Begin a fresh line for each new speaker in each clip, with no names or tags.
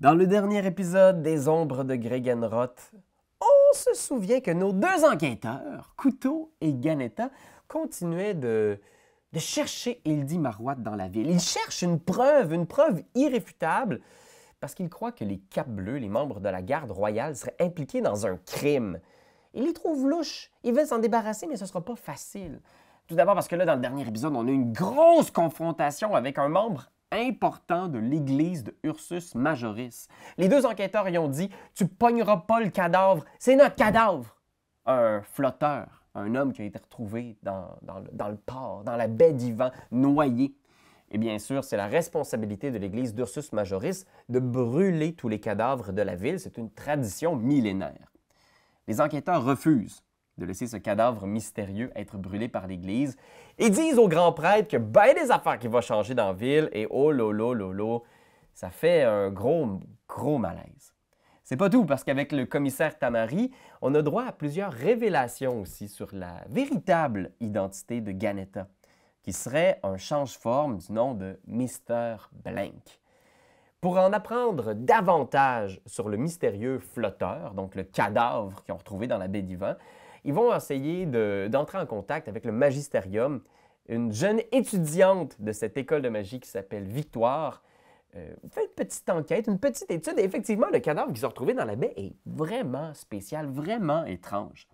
Dans le dernier épisode des Ombres de Gregenroth, on se souvient que nos deux enquêteurs, Couteau et Ganetta, continuaient de, de chercher Hildi Marouat dans la ville. Ils cherchent une preuve, une preuve irréfutable, parce qu'ils croient que les Capes Bleus, les membres de la garde royale, seraient impliqués dans un crime. Ils les trouvent louches. Ils veulent s'en débarrasser, mais ce ne sera pas facile. Tout d'abord parce que là, dans le dernier épisode, on a eu une grosse confrontation avec un membre important de l'église de Ursus Majoris. Les deux enquêteurs y ont dit Tu pogneras pas le cadavre, c'est notre cadavre Un flotteur, un homme qui a été retrouvé dans, dans le, dans le port, dans la baie d'Ivan, noyé. Et bien sûr, c'est la responsabilité de l'église d'Ursus Majoris de brûler tous les cadavres de la ville. C'est une tradition millénaire. Les enquêteurs refusent de laisser ce cadavre mystérieux être brûlé par l'Église et disent au grand prêtre que ben des affaires qui vont changer dans la ville et oh lolo lolo, ça fait un gros, gros malaise. C'est pas tout, parce qu'avec le commissaire Tamari, on a droit à plusieurs révélations aussi sur la véritable identité de Ganetta, qui serait un change-forme du nom de Mr. Blank. Pour en apprendre davantage sur le mystérieux flotteur, donc le cadavre qu'ils ont retrouvé dans la baie d'Ivan, ils vont essayer de- d'entrer en contact avec le magisterium, une jeune étudiante de cette école de magie qui s'appelle Victoire. Euh, fait une petite enquête, une petite étude, et effectivement, le cadavre qu'ils ont retrouvé dans la baie est vraiment spécial, vraiment étrange.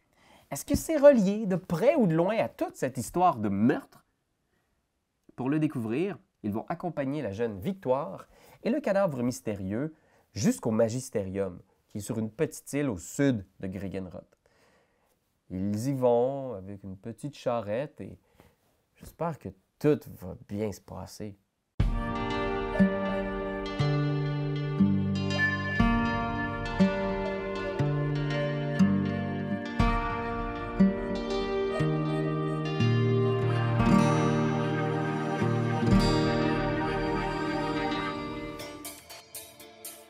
Est-ce que c'est relié de près ou de loin à toute cette histoire de meurtre? Pour le découvrir, ils vont accompagner la jeune Victoire et le cadavre mystérieux jusqu'au Magisterium, qui est sur une petite île au sud de Gregenroth. Ils y vont avec une petite charrette et j'espère que tout va bien se passer.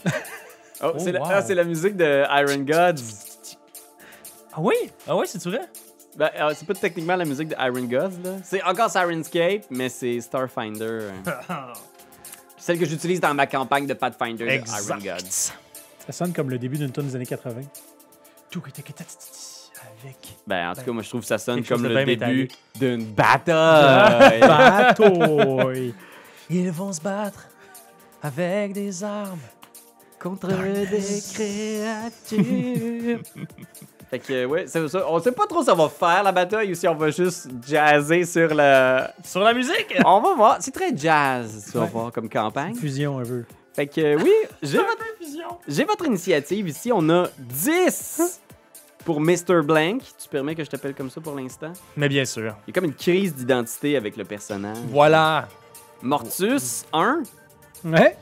Oh,
Oh,
c'est la,
wow.
ah, c'est la musique de Iron Gods.
Ah oui? Ah oui, c'est vrai?
Ben, euh, c'est pas techniquement la musique de Iron Gods, là. C'est encore Sirenscape, mais c'est Starfinder. euh, Celle que j'utilise dans ma campagne de Pathfinder de Iron Gods.
Ça sonne comme le début d'une tonne des années 80.
Tout que t'es que t'es- t'es- t'es- Avec.
Ben, en tout cas, moi, je trouve que ça sonne
Quelque chose
comme
de
le
bien
début
métallique.
d'une bataille.
Ah, Patouille!
Ils vont se battre avec des armes.
Contre
des
créatures. fait que, ouais, c'est ça. On sait pas trop si on va faire la bataille ou si on va juste jazzer sur le.
Sur la musique!
On va voir. C'est très jazz, tu vas voir, comme campagne.
Fusion un peu.
Fait que, euh, oui, j'ai votre. J'ai votre initiative ici. On a 10 pour Mr. Blank. Tu permets que je t'appelle comme ça pour l'instant?
Mais bien sûr.
Il y a comme une crise d'identité avec le personnage.
Voilà.
Mortus, 1.
Ouais?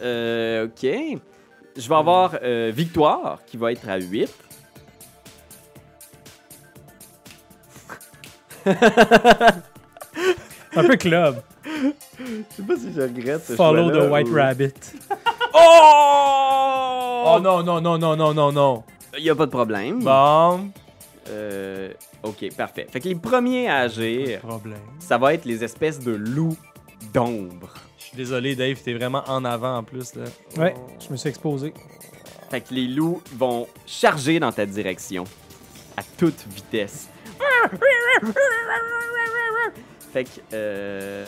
Euh, ok. Je vais avoir euh, Victoire, qui va être à 8.
Un peu club.
Je sais pas si je regrette
Follow the White Rabbit.
Oh!
Oh non, non, non, non, non, non, non.
Il n'y a pas de problème.
Bon.
Euh, ok, parfait. Fait que les premiers à agir,
Problème.
ça va être les espèces de loups d'ombre.
Je suis désolé, Dave, t'es vraiment en avant en plus. Là.
Ouais, je me suis exposé.
Fait que les loups vont charger dans ta direction à toute vitesse. Fait que. Euh...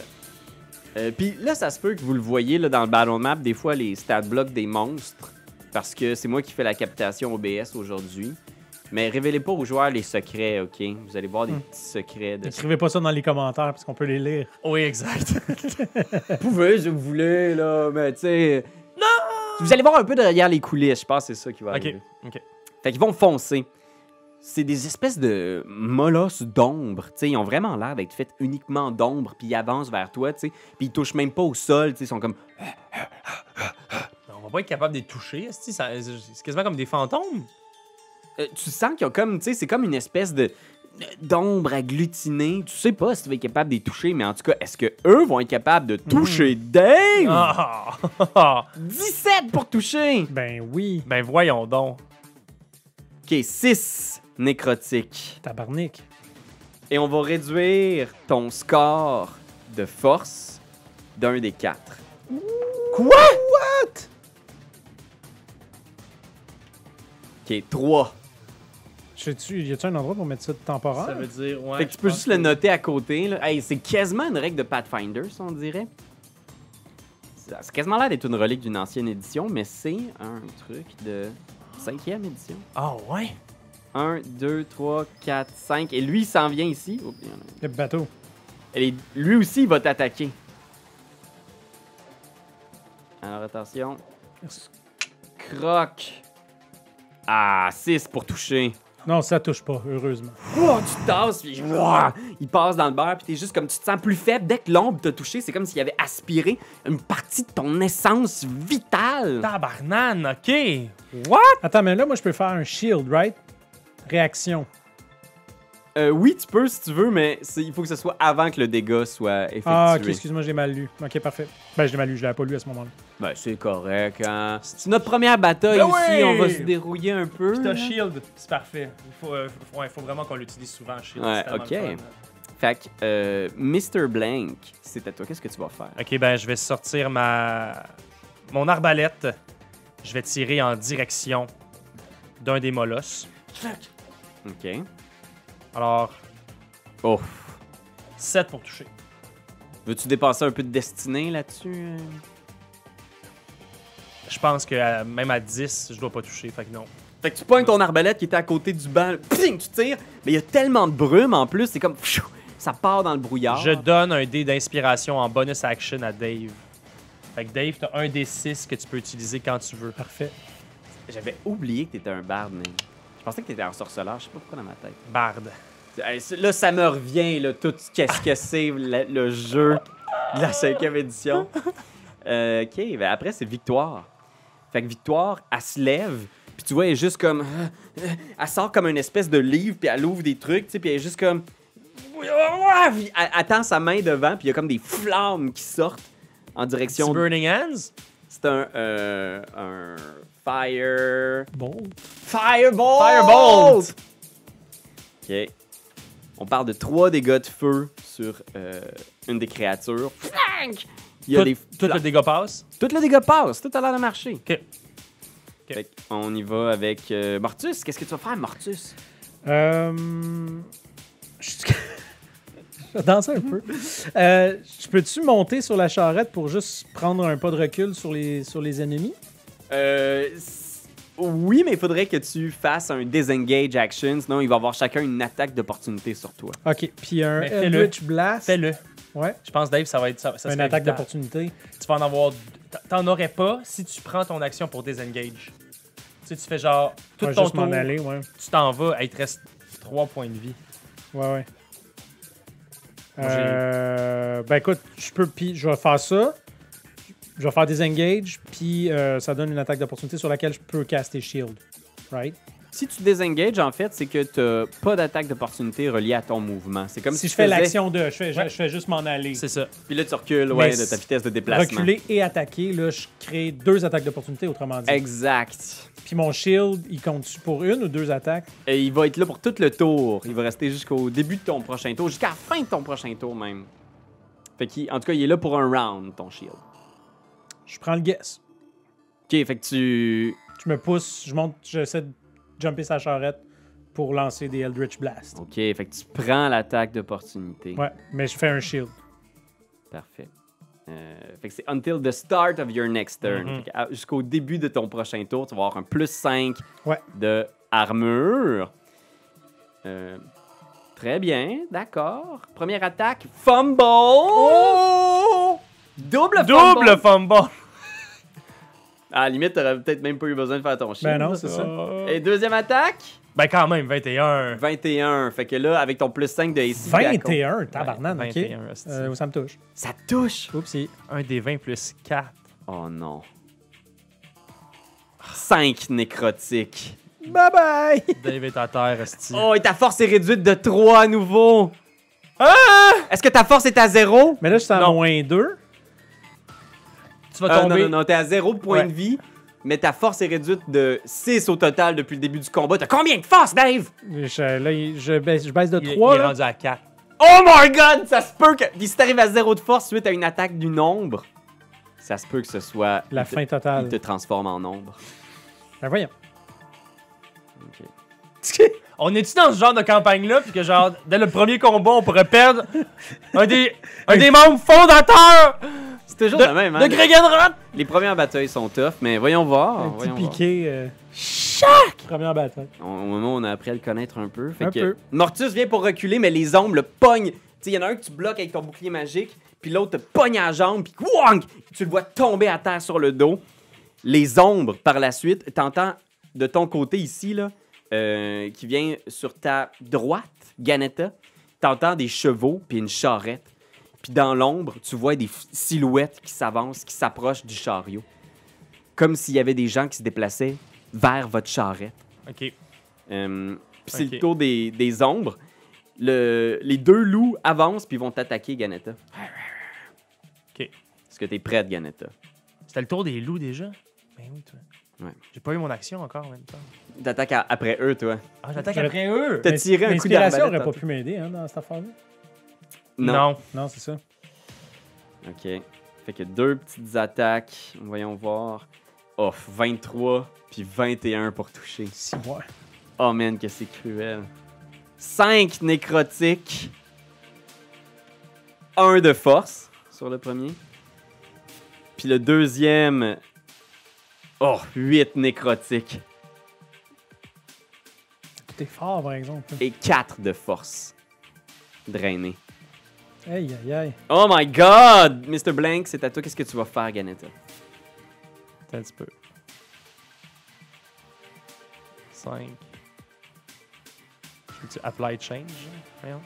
euh, Puis là, ça se peut que vous le voyez là, dans le battle map, des fois, les stat blocks des monstres. Parce que c'est moi qui fais la captation OBS aujourd'hui. Mais révélez pas aux joueurs les secrets, ok? Vous allez voir des petits secrets de
Écrivez pas ça dans les commentaires parce qu'on peut les lire.
Oui, exact.
Vous pouvez, je voulais, là, mais tu sais. Non! Vous allez voir un peu derrière les coulisses, je pense que c'est ça qui va
Ok,
arriver.
ok.
Fait qu'ils vont foncer. C'est des espèces de molosses d'ombre, tu sais. Ils ont vraiment l'air d'être faits uniquement d'ombre, puis ils avancent vers toi, tu sais. Puis ils touchent même pas au sol, tu sais. Ils sont comme.
on va pas être capable de les toucher. esti, ça- C'est quasiment comme des fantômes.
Euh, tu sens qu'ils ont comme. Tu sais, c'est comme une espèce de euh, d'ombre agglutinée. Tu sais pas si tu vas être capable de les toucher, mais en tout cas, est-ce que eux vont être capables de toucher
Hmm.
Dave?
Ah!
17 pour toucher!
Ben oui,
ben voyons donc.
Ok, 6 nécrotiques.
tabarnak.
Et on va réduire ton score de force d'un des quatre. Quoi? What?
Ok, 3.
Je sais-tu- Y a-tu un endroit pour mettre ça de temporaire?
Ça veut dire, ouais.
Fait que tu peux juste le noter à côté. Là. Hey, c'est quasiment une règle de Pathfinder, ça, on dirait. Ça- C'est quasiment l'air d'être une relique d'une ancienne édition, mais c'est un truc de cinquième édition.
Ah ouais?
1, 2, 3, 4, 5. Et lui, il s'en vient ici. Oh, il y en a un.
Le bateau.
Elle est- Lui aussi, il va t'attaquer. Alors, attention. Croc. Ah, 6 pour toucher.
Non, ça touche pas, heureusement.
Ouah, tu tasses, puis ouah, il passe dans le beurre, puis t'es juste comme tu te sens plus faible. Dès que l'ombre t'a touché, c'est comme s'il avait aspiré une partie de ton essence vitale.
Tabarnane, ok. What?
Attends, mais là, moi, je peux faire un shield, right? Réaction.
Euh, oui, tu peux si tu veux, mais c'est- il faut que ce soit avant que le dégât soit effectué.
Ah, ok, excuse-moi, j'ai mal lu. Ok, parfait. Ben, j'ai mal lu, je l'avais pas lu à ce moment-là.
Ben, c'est correct. hein. C'est notre première bataille
Ben
ici,
oui!
on va se dérouiller un peu.
Puis t'as
là.
Shield, c'est parfait. Il faut, euh, faut- ouais, faut vraiment qu'on l'utilise souvent, Shield.
Ouais,
c'est tellement
ok.
le fun.
Fait que, euh, Mr. Blank, c'est à toi. Qu'est-ce que tu vas faire?
Ok, ben je vais sortir ma mon arbalète. Je vais tirer en direction d'un des molosses.
OK.
Alors,
Oh.
7 pour toucher.
Veux-tu dépasser un peu de destinée là-dessus? euh?
Je pense que euh, même à 10, je dois pas toucher, fait que non.
Fait que tu pognes ton arbalète qui était à côté du banc. Ping, tu tires. Mais il y a tellement de brume en plus, c'est comme... pfiou, Ça part dans le brouillard.
Je donne un dé d'inspiration en bonus action à Dave. Fait que Dave, t'as un dé 6 que tu peux utiliser quand tu veux.
Parfait.
J'avais oublié que t'étais un barde, mais... Je pensais que t'étais un sorceleur. Je sais pas pourquoi dans ma tête.
Barde.
Hey, c'est- Là, ça me revient, là, tout ce qu'est-ce que c'est le, le jeu de la cinquième édition. Euh, OK, ben après, c'est Victoire. Fait que Victoire, elle se lève, puis tu vois, elle est juste comme... euh, Elle sort comme une espèce de livre, puis elle ouvre des trucs, tu sais, puis elle est juste comme... Elle, elle tend sa main devant, puis il y a comme des flammes qui sortent en direction...
Petit Burning Hands?
C'est un... euh, un... Fire...
Bon.
Fireball!
Firebolt!
Ok. On parle de 3 dégâts de feu sur euh, une des créatures. Flank! Il y a
Tout,
des.
tout le dégât passe?
Tout le dégât passe, tout a l'air de marcher.
Ok.
Fait on y va avec euh, Mortus. Qu'est-ce que tu vas faire, Mortus?
Euh... Je je vais danser un peu. Euh, je peux-tu monter sur la charrette pour juste prendre un pas de recul sur les, sur les ennemis?
Euh. s- Oui, mais il faudrait que tu fasses un disengage action, sinon il va avoir chacun une attaque d'opportunité sur toi.
Ok, puis un
Mais fais-le.
Eldritch Blast.
Fais-le.
Ouais,
Je pense, Dave, ça va être ça. ça
une
serait
attaque
évident.
d'opportunité.
tu vas en avoir. t- T'en aurais pas si tu prends ton action pour désengage. Tu sais, tu fais genre tout
Ouais,
ton
juste
tour,
m'en aller, ouais.
tu t'en vas, et il te reste 3 points de vie.
Ouais, ouais.
Moi, j'ai-
Euh, ben écoute, je peux, puis je vais faire ça. Je vais faire des engage, puis euh, ça donne une attaque d'opportunité sur laquelle je peux caster shield. Right?
Si tu désengages, en fait, c'est que t'as pas d'attaque d'opportunité reliée à ton mouvement. C'est comme si,
si
tu
je fais
faisais-
l'action de, je fais, je,
Ouais.
je fais juste m'en aller.
C'est ça.
Puis là, tu recules ouais,
Mais
de ta vitesse de déplacement.
Reculer et attaquer, là, je crée deux attaques d'opportunité, autrement dit.
Exact.
Puis mon shield, il compte pour une ou deux attaques?
Et il va être là pour tout le tour. Il va rester jusqu'au début de ton prochain tour, jusqu'à la fin de ton prochain tour même. Fait qu'il- en tout cas, il est là pour un round, ton shield.
Je prends le guess.
Ok, fait que tu.
Je me pousse, je monte, j'essaie de jumper sa charrette pour lancer des Eldritch Blast.
Ok, fait que tu prends l'attaque d'opportunité.
Ouais, mais je fais un shield.
Parfait. Euh, fait que c'est until the start of your next turn.
Mhm.
Fait que, à- Jusqu'au début de ton prochain tour, tu vas avoir un plus 5
Ouais.
de armure. Euh, très bien, d'accord. Première attaque, fumble!
Oh!
Double fumble!
Double fumble!
À la limite, t'aurais peut-être même pas eu besoin de faire ton chien.
Ben non, c'est ça.
Et deuxième attaque,
Ben quand même, 21.
21. Fait que là, avec ton plus 5 de AC, t'es à con-
21, tabarnane, ok.
21, hostie.
Euh, ça me touche.
ça touche.
Oupsie.
Un des 20 plus 4.
Oh non. 5 nécrotiques.
Bye bye!
Dave est à terre, hostie.
Oh, et ta force est réduite de 3 à nouveau. Ah! Est-ce que ta force est à 0?
Mais là, je suis à
Non.
moins 2.
tu vas
Euh, non,
tomber.
non, non, t'es à 0 point
Ouais.
de vie, mais ta force est réduite de 6 au total depuis le début du combat. T'as combien de force, Dave?
Je, là, il- je baisse, je baisse de
Il, il
3.
est
là.
rendu à 4.
Oh my god, ça se peut que. Puis si t'arrives à zéro de force suite à une attaque du nombre, ça se peut que ce soit.
La
il te-
fin
Il
totale.
te transforme en nombre.
Ben voyons.
Ok.
On est-tu dans ce genre de campagne-là, puis que genre, dès le premier combat, on pourrait perdre un des, un des membres fondateurs
C'est toujours
de,
la même, hein?
de Gregenrod?
Les premières batailles sont tough, mais voyons voir.
Un petit
Ah, voyons voir.
piqué. euh, Première bataille.
On- Au moment où on a appris à le connaître un peu. Fait
Un
que
peu.
Mortus vient pour reculer, mais les ombres le pognent. Tu sais, il y en a un que tu bloques avec ton bouclier magique, puis l'autre te pogne à la jambe, puis wang! Tu le vois tomber à terre sur le dos. Les ombres, par la suite, t'entends de ton côté ici, là, euh, qui vient sur ta droite, Ganetta, t'entends des chevaux, puis une charrette. Puis dans l'ombre, tu vois des f- silhouettes qui s'avancent, qui s'approchent du chariot. Comme s'il y avait des gens qui se déplaçaient vers votre charrette.
Ok.
Euh, puis c'est le
Ok.
tour des, des ombres. Le- les deux loups avancent puis vont t'attaquer, Ganetta. Est-ce que t'es prête, Ganetta?
C'était le tour des loups déjà? Ben oui, toi.
Ouais.
J'ai pas eu mon action encore en même temps.
T'attaques à- après eux, toi.
Ah, j'attaque
J'aurais-
après eux!
T'as tiré un coup
L'inspiration
d'arbalète.
aurait pas
tantôt.
pu m'aider hein, dans cette affaire-là.
Non.
Non, c'est ça.
OK. Fait que deux petites attaques. Voyons voir. Off, 23 puis 21 pour toucher.
Si, ouais.
Oh man, que c'est cruel. 5 nécrotiques. 1 de force sur le premier. Puis le deuxième. Oh, 8 nécrotiques
T'es fort, par exemple.
et 4 de force. Drainé.
Aïe, aïe, aïe.
Oh my god! Mr. Blank, c'est à toi. Qu'est-ce que tu vas faire, Ganetta?
Attends Un petit peu. 5. Je peux-tu apply change? Voyons.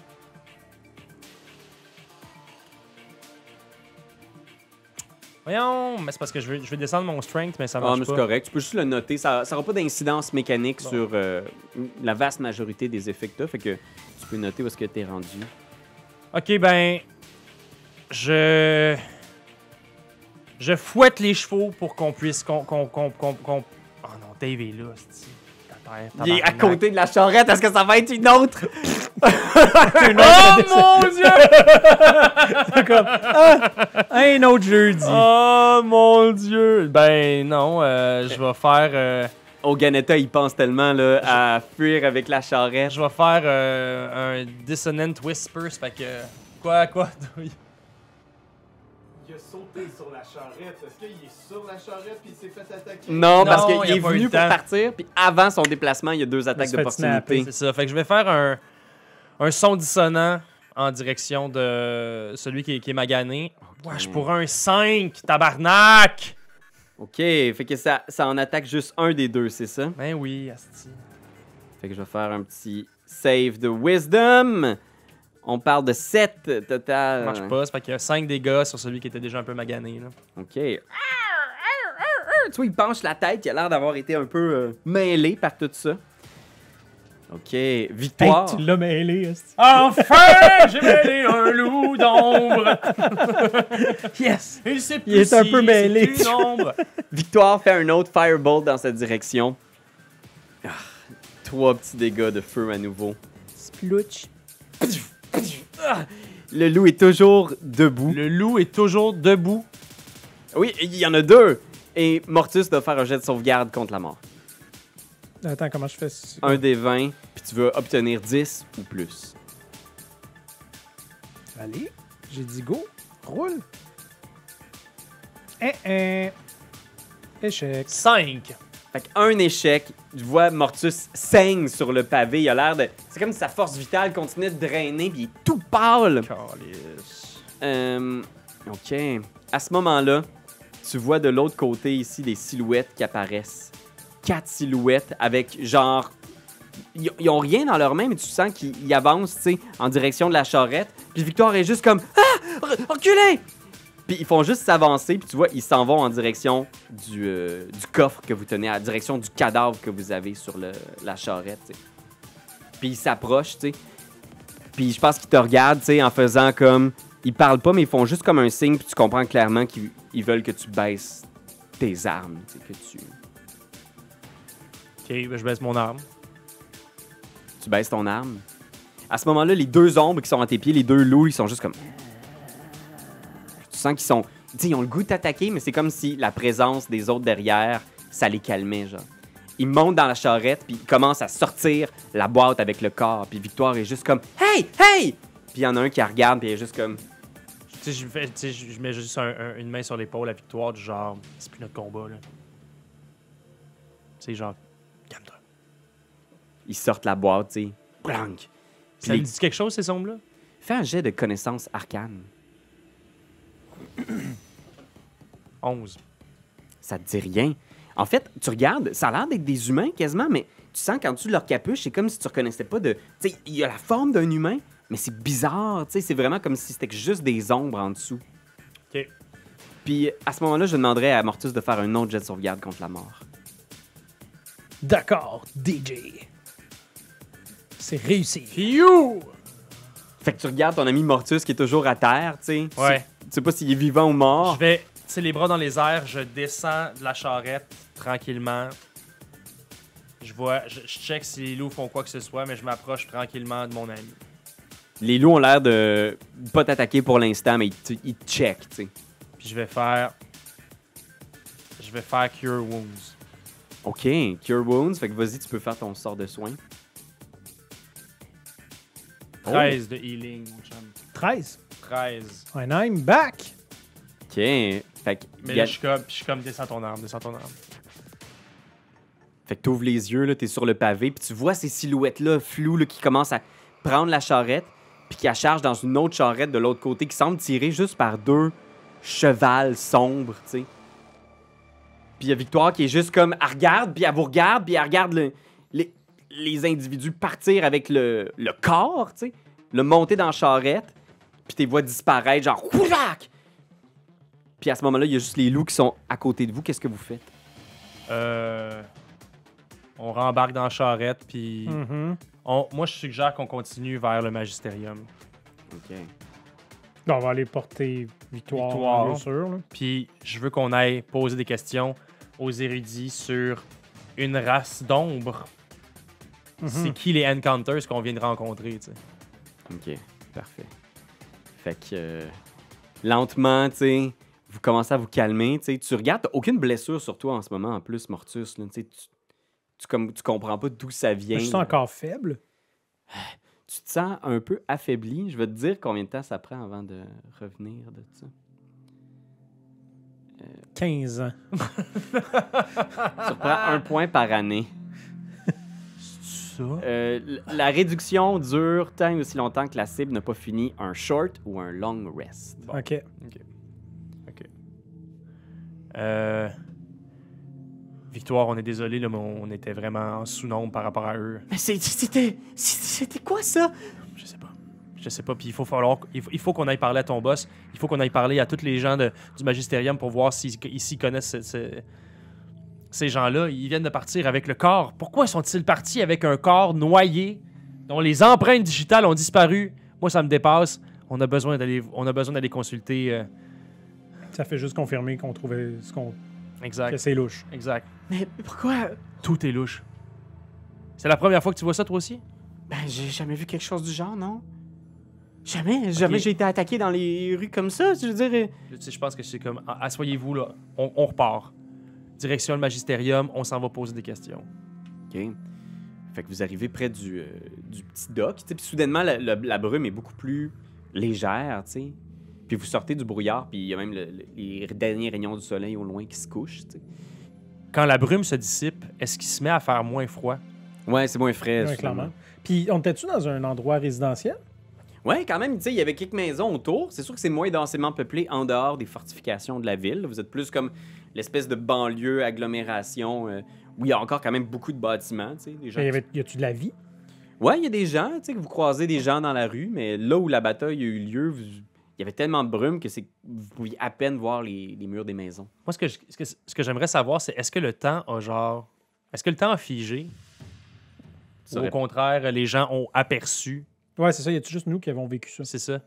Voyons, mais c'est parce que je veux, je veux descendre mon strength, mais ça
Ah,
marche
mais c'est
pas.
correct. Tu peux juste le noter. Ça n'aura pas d'incidence mécanique
Bon.
sur euh, la vaste majorité des effets que tu Fait que tu peux noter où est-ce que tu es rendu.
Ok, ben. Je. Je fouette les chevaux pour qu'on puisse. Qu'on, qu'on, qu'on, qu'on- qu'on- Oh non, Dave est là, c'est-tu. Ta terre,
Il est à
tabarnak.
côté de la charrette. Est-ce que ça va être une autre?
Oh mon dieu!
Un autre jeudi.
Oh mon dieu! Ben non, euh, je vais faire. euh,
Oh, Ganetta, il pense tellement là, à fuir avec la charrette.
je vais faire euh, un dissonant whisper, ça fait que. Quoi, quoi?
Il a sauté sur la charrette. Est-ce qu'il est sur la charrette puis il s'est fait attaquer?
Non,
Non,
parce
il a
qu'il est
pas eu
venu
le
pour
temps.
partir, puis avant son déplacement, il y a deux attaques
se fait
d'opportunité.
C'est ça. Fait que je vais faire un, un son dissonant en direction de celui qui est, qui est magané. Ouais, je pourrais un 5, tabarnak!
Ok, fait que ça, ça en attaque juste un des deux, c'est ça?
Ben oui, Asti.
Fait que je vais faire un petit save de wisdom. On parle de 7 total.
Ça
Ah
marche pas, ça fait qu'il y a 5 dégâts sur celui qui était déjà un peu magané. Là.
Ok. Tu vois, il penche la tête, il a l'air d'avoir été un peu euh, mêlé par tout ça. Ok,
Hey,
victoire.
tu l'as mêlé. esti.
Enfin, j'ai mêlé un loup d'ombre!
Yes!
Il s'est
Il est un peu mêlé.
C'est une ombre!
Victoire fait un autre fireball dans sa direction. Ah, trois petits dégâts de feu à nouveau.
Splouch.
Le loup est toujours debout.
Le loup est toujours debout.
Oui, il y en a deux. Et Mortus doit faire un jet de sauvegarde contre la mort.
Attends, comment je fais? ça?
Un des 20, puis tu veux obtenir 10 ou plus.
Allez, j'ai dit go. Roule. Eh, eh. Échec.
5.
Fait qu'un échec, tu vois Mortus saigne sur le pavé. Il a l'air de. C'est comme si sa force vitale continuait de drainer, puis il est tout pâle. Euh, ok. À ce moment-là, tu vois de l'autre côté ici des silhouettes qui apparaissent. Quatre silhouettes avec genre. Ils ils ont rien dans leurs mains, mais tu sens qu'ils ils avancent, tu sais, en direction de la charrette. Puis Victoire est juste comme Ah Re- Reculez Puis ils font juste s'avancer, puis tu vois, ils s'en vont en direction du, euh, du coffre que vous tenez, à la direction du cadavre que vous avez sur le- la charrette, tu sais. Puis ils s'approchent, tu sais. Puis je pense qu'ils te regardent, tu sais, en faisant comme ils parlent pas, mais ils font juste comme un signe, puis tu comprends clairement qu'ils ils veulent que tu baisses tes armes. tu sais, Que tu,
Ok, ben je baisse mon arme.
tu baisses ton arme. À ce moment-là, les deux ombres qui sont à tes pieds, les deux loups, ils sont juste comme. Tu sens qu'ils sont. Tu sais, ils ont le goût de t'attaquer, mais c'est comme si la présence des autres derrière, ça les calmait, genre. il monte dans la charrette, puis il commence à sortir la boîte avec le corps. Puis Victoire est juste comme Hey, hey! Puis il y en a un qui la regarde, puis il est juste comme
Tu sais, je fais- tu sais, je je mets juste un- un- une main sur l'épaule à Victoire, du genre, c'est plus notre combat, là. C'est genre, calme-toi.
Ils sortent la boîte, tu sais. Plank!
Ça lui dit quelque chose, ces ombres-là?
Fais un jet de connaissances arcanes.
11.
Ça te dit rien. En fait, tu regardes, ça a l'air d'être des humains quasiment, mais tu sens qu'en dessous de leur capuche, c'est comme si tu reconnaissais pas de. Tu sais, il y a la forme d'un humain, mais c'est bizarre, tu sais, c'est vraiment comme si c'était juste des ombres en dessous.
OK.
Puis euh, à ce moment-là, je demanderais à Mortus de faire un autre jet de sauvegarde contre la mort.
D'accord, DJ. C'est réussi.
Piou!
Fait que tu regardes ton ami Mortus qui est toujours à terre, tu sais. Tu-
Ouais.
Tu sais pas s'il est vivant ou mort.
Je vais, tu sais, les bras dans les airs, je descends de la charrette tranquillement. Je vois, je, je check si les loups font quoi que ce soit, mais je m'approche tranquillement de mon ami.
Les loups ont l'air de pas t'attaquer pour l'instant, mais ils te ils te checkent, tu sais.
Puis je vais faire. Je vais faire Cure Wounds.
OK, Cure Wounds, fait que vas-y, tu peux faire ton sort de soin. Oh,
13 de healing, mon chum.
13.
13.
And I'm back.
OK, fait que, Ga-
Mais là, je suis comme, je suis comme, descends ton arme, descends ton arme.
fait que t'ouvres les yeux, là, t'es sur le pavé, puis tu vois ces silhouettes-là floues là, qui commencent à prendre la charrette, puis qui la chargent dans une autre charrette de l'autre côté qui semble tirée juste par deux chevals sombres, tu sais. Puis il y a Victoire qui est juste comme, elle regarde, puis elle vous regarde, puis elle regarde le- les, les individus partir avec le, le corps, tu sais, le monter dans la charrette, puis tes voix disparaître, genre, Wouac! Puis à ce moment-là, il y a juste les loups qui sont à côté de vous. Qu'est-ce que vous faites?
Euh. On rembarque dans la charrette, puis.
Hmm.
Mhm.
on- moi, je suggère qu'on continue vers le Magisterium.
OK.
On va aller porter victoire,
Victoire.
bien sûr. là.
Puis je veux qu'on aille poser des questions aux érudits sur une race d'ombre.
Hmm.
Mhm.
C'est qui les Encounters qu'on vient de rencontrer, tu sais.
OK, parfait. Fait que euh, lentement, tu sais, vous commencez à vous calmer, tu sais, tu regardes, t'as aucune blessure sur toi en ce moment en plus, Mortus, là, tu sais, tu- tu comme tu comprends pas d'où ça vient.
Je suis encore faible.
Tu te sens un peu affaibli, je vais te dire combien de temps ça prend avant de revenir de ça.
15 ans.
Tu reprends un point par année.
Ça?
Euh, l- la réduction dure tant et aussi longtemps que la cible n'a pas fini un short ou un long rest.
OK.
Euh, Victoire, on est désolé, là, mais on était vraiment en sous-nombre par rapport à eux.
Mais c'est- c'était c'est- c'était quoi ça
Je sais pas. Je sais pas, puis il faut falloir, il faut, il faut qu'on aille parler à ton boss. Il faut qu'on aille parler à tous les gens de- du Magisterium pour voir s'ils s'ils connaissent ce- ce- ces gens-là. Ils viennent de partir avec le corps. Pourquoi sont-ils partis avec un corps noyé dont les empreintes digitales ont disparu Moi, ça me dépasse. On a besoin d'aller, on a besoin d'aller consulter. euh,
Ça fait juste confirmer qu'on trouvait ce qu'on. que
exact,
c'est louche.
exact.
Mais pourquoi
Tout est louche. C'est la première fois que tu vois ça toi aussi
Ben, j'ai jamais vu quelque chose du genre, non? Jamais, jamais j'ai été attaqué dans les rues comme ça, je veux dire. euh,
Là, tu sais, je pense que c'est comme, a- asseyez-vous là, on, on repart. Direction le magisterium, on s'en va poser des questions.
OK. Fait que vous arrivez près du, euh, du petit dock, tu sais, puis soudainement, la, la- la brume est beaucoup plus légère, tu sais. Puis vous sortez du brouillard, puis il y a même le- le- les derniers rayons du soleil au loin qui se couchent, tu sais.
Quand la brume se dissipe, est-ce qu'il se met à faire moins froid?
Ouais, c'est moins frais.
Ouais, clairement. Puis, on était-tu dans un endroit résidentiel?
Ouais, quand même, tu sais, il y avait quelques maisons autour. C'est sûr que c'est moins densément peuplé en dehors des fortifications de la ville. Vous êtes plus comme l'espèce de banlieue, agglomération, euh, où il y a encore quand même beaucoup de bâtiments, tu sais, des gens
Il
qui
Y, avait- y a-tu de la vie?
Ouais, il y a des gens, tu sais, que vous croisez des gens dans la rue, mais là où la bataille a eu lieu, vous- il y avait tellement de brume que c'est vous pouviez à peine voir les, les murs des maisons.
Moi, ce que, je- ce que, ce que j'aimerais savoir, c'est est-ce que le temps a genre. Est-ce que le temps a figé? Ou
saurais
au
pas.
contraire, les gens ont aperçu?
Ouais, c'est ça. Y a-tu juste nous qui avons vécu ça?
C'est ça?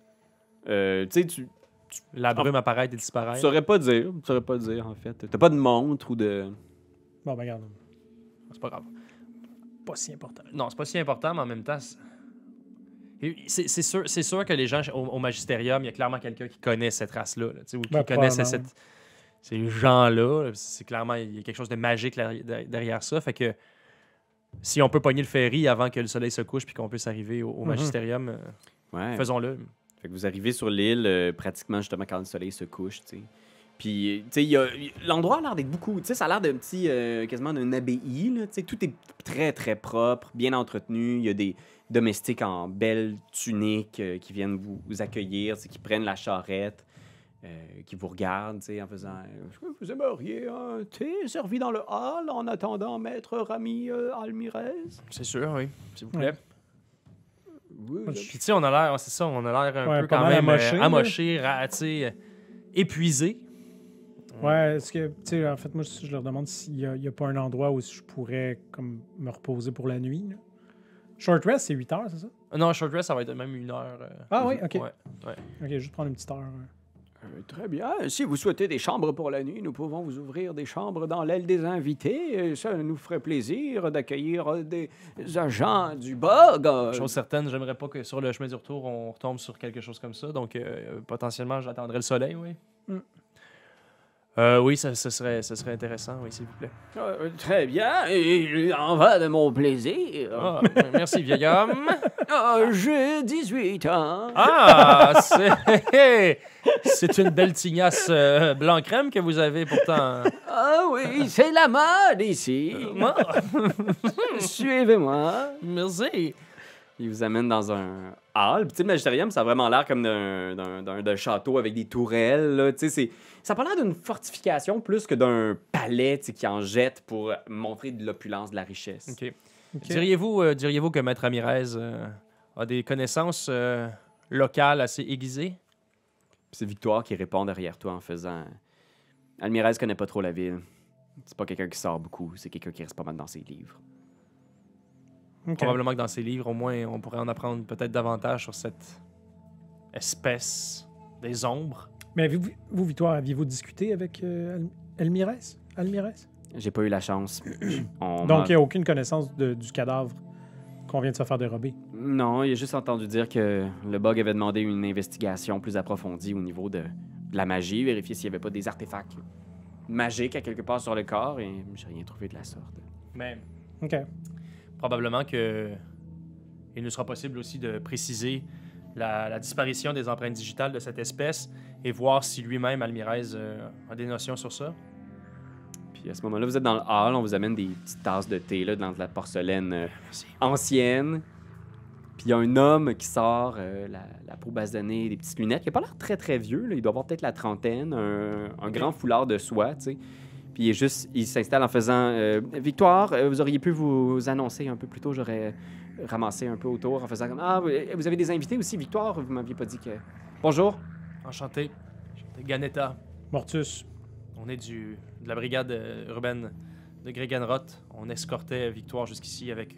Euh, tu sais, tu
La brume apparaît et disparaît?
tu saurais pas dire, tu saurais pas dire en fait. T'as pas de montre ou de.
Bon, ben, regarde.
C'est pas grave.
Pas si important.
Non, c'est pas si important, mais en même temps. c'est- C'est c'est sûr, c'est sûr que les gens au, au magisterium, il y a clairement quelqu'un qui connaît cette race-là, là, tu sais, ou qui
Ben,
connaît
probablement,
cette,
oui.
ces gens-là. C'est clairement, il y a quelque chose de magique là- derrière derrière ça. Fait que si on peut pogner le ferry avant que le soleil se couche puis qu'on puisse arriver au, au
Mhm.
Magisterium, euh,
Ouais.
faisons-le.
Fait que vous arrivez sur l'île euh, pratiquement justement quand le soleil se couche, tu sais. Puis, euh, tu sais, il y a- y- l'endroit a l'air d'être beaucoup. Tu sais, ça a l'air d'un petit, euh, quasiment d'une abbaye, là. Tu sais, tout est très, très propre, bien entretenu. Il y a des domestiques en belles tuniques euh, qui viennent vous, vous accueillir, tu sais, qui prennent la charrette, euh, qui vous regardent, tu sais, en faisant euh, Est-ce que Vous aimeriez un thé servi dans le hall en attendant Maître Rami euh, Almirez
C'est sûr, oui. S'il vous
plaît.
Oui, là.
Puis tu sais, on a l'air, ouais, c'est ça, on a l'air un
Ouais,
peu
pas
quand
mal
même euh,
amoché, là.
amoché, ra- tu sais, euh, épuisé.
Ouais, est-ce que, tu sais, en fait, moi, je je leur demande s'il n'y a, il y a pas un endroit où je pourrais, comme, me reposer pour la nuit. là. Short rest, c'est 8 heures, c'est ça?
Non, short rest, ça va être même une heure. euh,
Ah oui, ok.
ouais.
Ok, juste prendre une petite heure. euh.
Euh, Très bien. Si vous souhaitez des chambres pour la nuit, nous pouvons vous ouvrir des chambres dans l'aile des invités. Euh, Ça nous ferait plaisir d'accueillir euh, des agents du bug. euh,
Chose certaine, j'aimerais pas que sur le chemin du retour, on retombe sur quelque chose comme ça. Donc, euh, potentiellement, j'attendrai le soleil, oui.
Mm.
Euh, oui, ça, ça serait, ça serait intéressant, oui, s'il vous plaît.
euh, très bien. Il en va de mon plaisir.
Ah, merci, vieil homme.
Ah, J'ai 18 ans.
Ah, c'est, c'est une belle tignasse euh, blanc-crème que vous avez pourtant.
Ah oui, c'est la mode ici.
Moi,
Suivez-moi.
merci.
Il vous amène dans un hall. Puis, tu sais, le magistérium, ça a vraiment l'air comme d'un- d'un d'un- d'un château avec des tourelles. là. Tu sais, c'est- ça a pas l'air d'une fortification plus que d'un palais tu sais, qui en jette pour montrer de l'opulence, de la richesse.
Ok. Diriez-vous, euh, diriez-vous que Maître Amirez euh, a des connaissances euh, locales assez aiguisées?
Puis c'est Victoire qui répond derrière toi en faisant Almirez connaît pas trop la ville. C'est pas quelqu'un qui sort beaucoup, c'est quelqu'un qui reste pas mal dans ses livres.
Ok.
Probablement que dans ses livres, au moins, on pourrait en apprendre peut-être davantage sur cette espèce des ombres.
Mais avez-vous- vous, Victoire, aviez-vous discuté avec euh, Al- Almirez? Almirez?
J'ai pas eu la chance. On m'a-
Donc, il n'y a aucune connaissance de- du cadavre qu'on vient de se faire dérober.
Non, il a juste entendu dire que le bug avait demandé une investigation plus approfondie au niveau de, de la magie, vérifier s'il n'y avait pas des artefacts magiques à quelque part sur le corps, et j'ai rien trouvé de la sorte.
Mais
Ok.
probablement que il nous sera possible aussi de préciser la, la disparition des empreintes digitales de cette espèce et voir si lui-même, Almirez, euh, a des notions sur ça.
Puis à ce moment-là, vous êtes dans le hall, on vous amène des petites tasses de thé là, dans de la porcelaine euh, ancienne. Puis il y a un homme qui sort, euh, la, la peau basonnée, des petites lunettes. Il a pas l'air très très vieux, là. il doit avoir peut-être la trentaine, un, un grand foulard de soie, tu sais. Puis il est juste, il s'installe en faisant euh, Victoire, euh, vous auriez pu vous annoncer un peu plus tôt, j'aurais ramassé un peu autour en faisant comme Ah, vous- vous avez des invités aussi, Victoire, vous m'aviez pas dit que. Bonjour.
Enchanté. Enchanté. Ganeta,
Mortus.
on est du, de la brigade euh, urbaine de Gregenroth. On escortait Victoire jusqu'ici avec,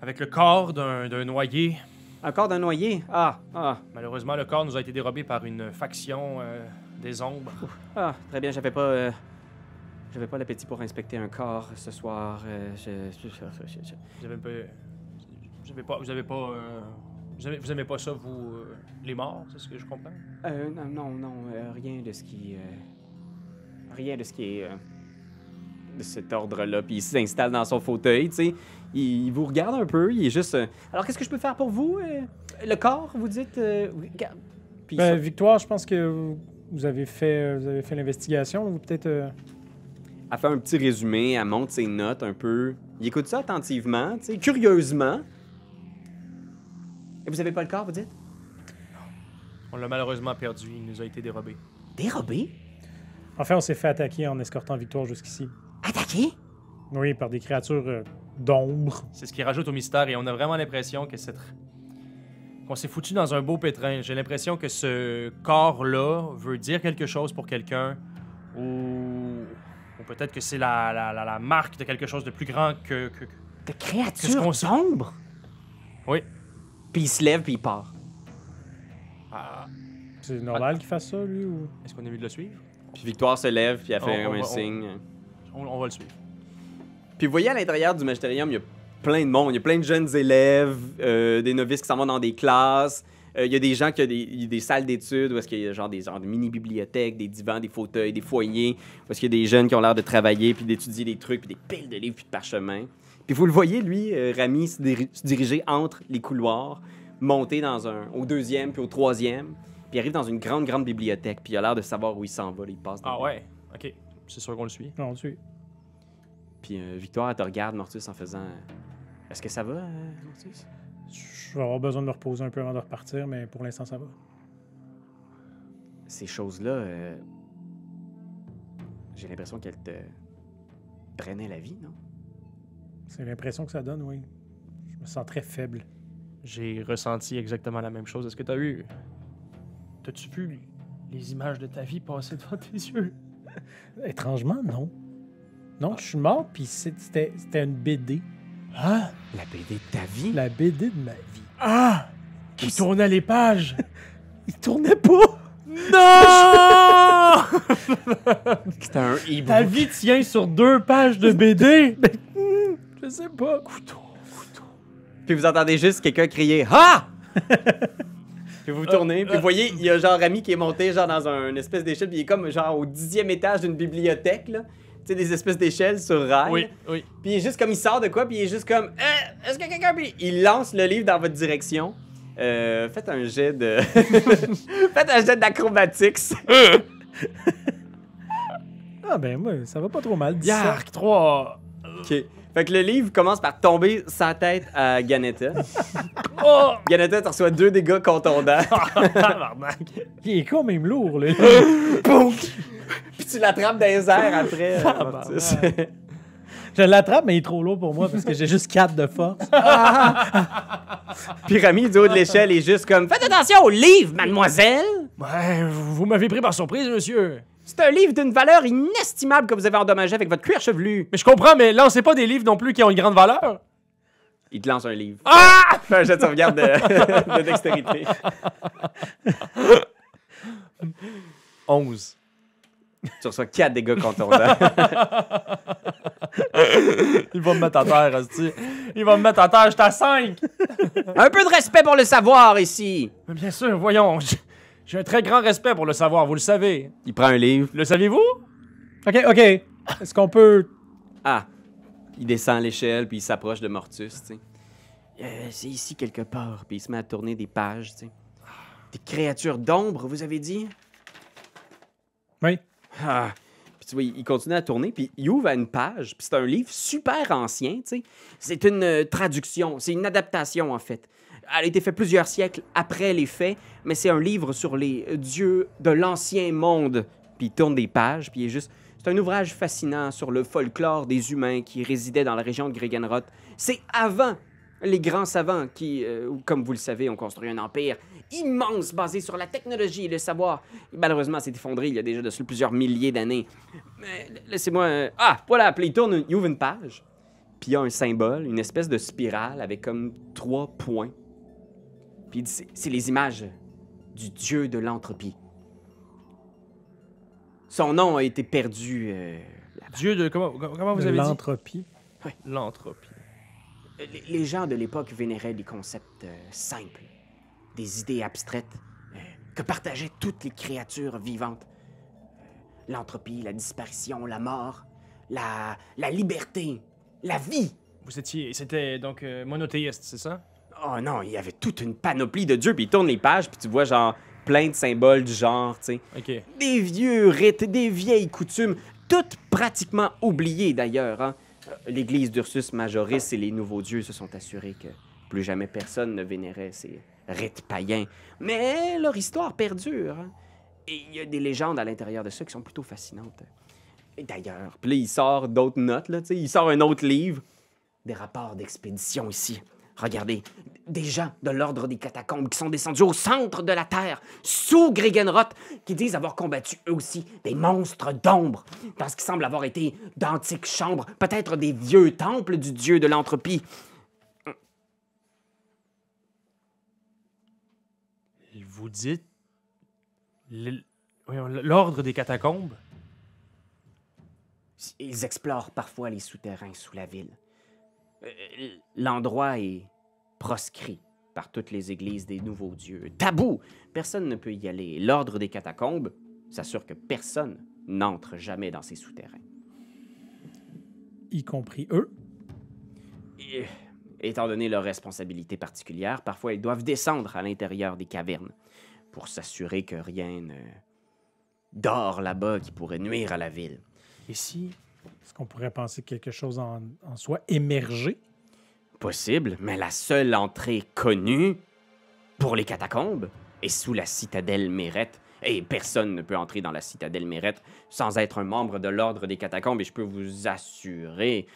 avec le corps d'un d'un noyé
Encore d'un noyer Ah, ah,
Malheureusement, le corps nous a été dérobé par une faction euh, des ombres.
Ah, très bien, j'avais pas. euh, j'avais pas l'appétit pour inspecter un corps ce soir. euh, je- je- je- je- je-
Vous avez un peu. Vous avez pas. Vous avez pas. euh, Vous, avez- vous aimez pas ça, vous, euh, les morts, c'est ce que je comprends?
Euh, non, non, non, euh, rien de ce qui. euh, rien de ce qui est. euh, de cet ordre-là. Puis il s'installe dans son fauteuil, tu sais. Il, il vous regarde un peu, il est juste. euh, Alors, qu'est-ce que je peux faire pour vous euh, Le corps, vous dites. euh, oui, ga- Puis il
Ben,
sort-
Victoire, je pense que vous- vous avez fait, vous avez fait l'investigation. Vous peut-être. euh,
Elle fait un petit résumé, elle monte ses notes un peu. Il écoute ça attentivement, tu sais, curieusement. Et vous avez pas le corps, vous dites
On l'a malheureusement perdu, il nous a été dérobé.
Dérobé
Enfin, on s'est fait attaquer en escortant Victoire jusqu'ici.
Attaqué
Oui, par des créatures euh, d'ombre.
C'est ce qui rajoute au mystère et on a vraiment l'impression que c'est. qu'on s'est foutu dans un beau pétrin. J'ai l'impression que ce corps-là veut dire quelque chose pour quelqu'un ou. ou peut-être que c'est la, la, la- la marque de quelque chose de plus grand que- que
De
Qu'est-ce
créatures
qu'on sent?
sombre?
Oui.
Puis il se lève, puis il part.
Ah,
C'est normal qu'il fasse ça, lui, ou...
Est-ce qu'on est mieux de le suivre?
Puis Victoire se lève, puis elle fait
On-
comme
on
un
va- on-
signe.
On, on va le suivre.
Puis vous voyez, à l'intérieur du magistérium, il y a plein de monde. Il y a plein de jeunes élèves, euh, des novices qui s'en vont dans des classes. Euh, Il y a des gens qui ont des, il y a des salles d'études où est-ce qu'il y a genre des genre de mini-bibliothèques, des divans, des fauteuils, des foyers, où est-ce qu'il y a des jeunes qui ont l'air de travailler puis d'étudier des trucs, puis des piles de livres puis de parchemins. Puis vous le voyez, lui, euh, Rami, se, diri- se diriger entre les couloirs, monter dans un, au deuxième puis au troisième, puis il arrive dans une grande, grande bibliothèque, puis il a l'air de savoir où il s'en va. là, il passe
Ah
devant.
ouais, ok. C'est sûr qu'on le suit.
Non, tu
Puis euh, Victoire, elle te regarde, Mortus, en faisant euh, Est-ce que ça va, euh, Mortus
Je vais avoir besoin de me reposer un peu avant de repartir, mais pour l'instant, ça va.
Ces choses-là, euh, j'ai l'impression qu'elles te prenaient la vie, non
C'est l'impression que ça donne, oui. Je me sens très faible.
J'ai ressenti exactement la même chose. Est-ce que t'as eu. T'as-tu vu les images de ta vie passer devant tes yeux?
Étrangement, non. Non, je suis mort, puis c'est- c'était c'était une BD.
Hein?
La BD de ta vie
Ah! La BD de ma vie.
Ah! Qui tournait les pages!
Il tournait pas!
Non!
C'était un hibou.
Ta vie tient sur deux pages de BD!
Ben, Je sais pas.
Puis vous entendez juste quelqu'un crier Ah Puis vous vous
Euh,
tournez, puis vous voyez, il y a genre Rami qui est monté genre dans un une espèce d'échelle, puis il est comme genre au dixième étage d'une bibliothèque, là. Tu sais, des espèces d'échelles sur rail.
Oui, oui.
Puis il est juste comme il sort de quoi, puis il est juste comme Eh, Est-ce que quelqu'un. Puis il lance le livre dans votre direction. Euh, faites un jet de. faites un jet d'acrobatics.
Ah ben moi, ça va pas trop mal. 17.
Yark 3!
OK. Fait que le livre commence par tomber sans tête à Ganetta.
Oh!
Ganetta, tu reçois deux dégâts contondants.
Tabarnak!
Il est quand même lourd, là.
puis tu l'attrapes dans les airs après. euh, Mortis.
Je l'attrape, mais il est trop lourd pour moi parce que j'ai juste 4 de force.
Puis Rami, du haut de l'échelle, est juste comme Faites attention au livre, mademoiselle!
Ben, vous vous m'avez pris par surprise, monsieur!
C'est un livre d'une valeur inestimable que vous avez endommagé avec votre cuir chevelu.
Mais je comprends, mais lancez pas des livres non plus qui ont une grande valeur!
Il te lance un livre. Ah! Fais un jet de sauvegarde de, de dextérité.
11.
Tu reçois 4 dégâts contondants.
Il va me mettre à terre, hostie. Il va me mettre à terre, j'étais à 5!
un peu de respect pour le savoir ici!
Mais bien sûr, voyons, j'- j'ai un très grand respect pour le savoir, vous le savez.
Il prend un livre.
Le savez-vous?
OK, OK. Est-ce qu'on peut...
Ah! Il descend l'échelle, puis il s'approche de Mortus, tu sais. Euh, c'est ici quelque part, puis il se met à tourner des pages, tu sais. Des créatures d'ombre, vous avez dit?
Oui.
Ah. Puis tu vois, il il continue à tourner, puis il ouvre à une page, puis c'est un livre super ancien, tu sais. C'est une euh, traduction, c'est une adaptation, en fait. Elle a été faite plusieurs siècles après les faits, mais c'est un livre sur les euh, dieux de l'ancien monde. Puis il tourne des pages, puis il est juste... C'est un ouvrage fascinant sur le folklore des humains qui résidaient dans la région de Gregenroth. C'est avant les grands savants qui, euh, comme vous le savez, ont construit un empire immense basé sur la technologie et le savoir. Malheureusement, c'est effondré il y a déjà de cela plusieurs milliers d'années. Mais laissez-moi. euh, Ah, voilà, puis il tourne, il ouvre une page, puis il y a un symbole, une espèce de spirale avec comme trois points. Puis il dit, c'est- c'est les images du dieu de l'entropie. Son nom a été perdu. euh,
Dieu de. Comment, comment vous
de
avez dit?
L'entropie.
L'entropie.
Les- Les gens de l'époque vénéraient des concepts euh, simples, des idées abstraites euh, que partageaient toutes les créatures vivantes. Euh, L'entropie, la disparition, la mort, la, la liberté, la vie.
Vous étiez. C'était donc euh, monothéiste, c'est ça?
Oh non, il y avait toute une panoplie de dieux, puis il tourne les pages, puis tu vois genre plein de symboles du genre, tu sais.
Ok.
Des vieux rites, des vieilles coutumes, toutes pratiquement oubliées d'ailleurs. hein. Euh, L'église d'Ursus Majoris et les nouveaux dieux se sont assurés que plus jamais personne ne vénérait ces rites païens. Mais leur histoire perdure. hein. Et il y a des légendes à l'intérieur de ça qui sont plutôt fascinantes. Et D'ailleurs, puis là, il sort d'autres notes, là, tu sais, il sort un autre livre. Des rapports d'expédition ici. Regardez, des gens de l'ordre des catacombes qui sont descendus au centre de la Terre, sous Gregenroth, qui disent avoir combattu eux aussi des monstres d'ombre, dans ce qui semble avoir été d'antiques chambres, peut-être des vieux temples du dieu de l'entropie.
Vous dites. l'il- voyons, L'ordre des catacombes?
Ils explorent parfois les souterrains sous la ville. Euh, L'endroit est proscrit par toutes les églises des nouveaux dieux. Tabou! Personne ne peut y aller. L'ordre des catacombes s'assure que personne n'entre jamais dans ces souterrains.
y compris eux.
Et, étant donné leurs responsabilités particulières, parfois ils doivent descendre à l'intérieur des cavernes pour s'assurer que rien ne dort là-bas qui pourrait nuire à la ville.
Et si
Est-ce qu'on pourrait penser que quelque chose en, en soit émergé?
Possible, mais la seule entrée connue pour les catacombes est sous la citadelle Mérette. Et personne ne peut entrer dans la citadelle Mérette sans être un membre de l'ordre des catacombes. Et je peux vous assurer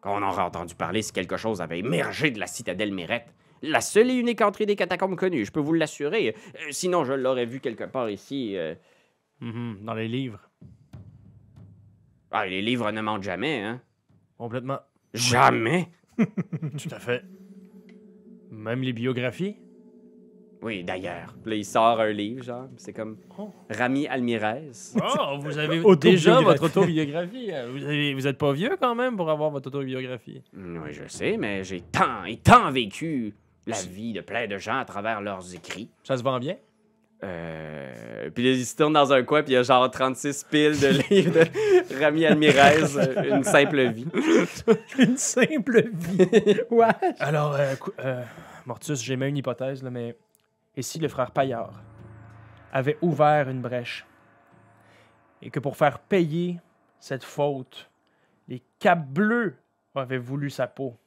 qu'on aurait entendu parler si quelque chose avait émergé de la citadelle Mérette. La seule et unique entrée des catacombes connue, je peux vous l'assurer. Euh, Sinon, je l'aurais vu quelque part ici. euh.
Mhm, dans les livres
Ah, les livres ne mentent jamais, hein?
Complètement.
Jamais!
Tout à fait. Même les biographies
Oui, d'ailleurs. Là, il sort un livre, genre. C'est comme
Oh.
Rami Almirez.
Oh, vous avez déjà
Autobiographie.
votre autobiographie. euh, Vous, avez- vous êtes pas vieux quand même pour avoir votre autobiographie.
Mm, Oui, je sais, mais j'ai tant et tant vécu la vie de plein de gens à travers leurs écrits.
Ça se vend bien?
Euh, puis il se tourne dans un coin, puis il y a genre 36 piles de livres de Rami Almirez, euh, Une simple vie.
Une simple vie. Ouais.
Alors, euh, cou- euh, Mortus, j'ai mis une hypothèse, là, mais. Et si le frère Paillard avait ouvert une brèche et que pour faire payer cette faute, les Capes Bleus avaient voulu sa peau?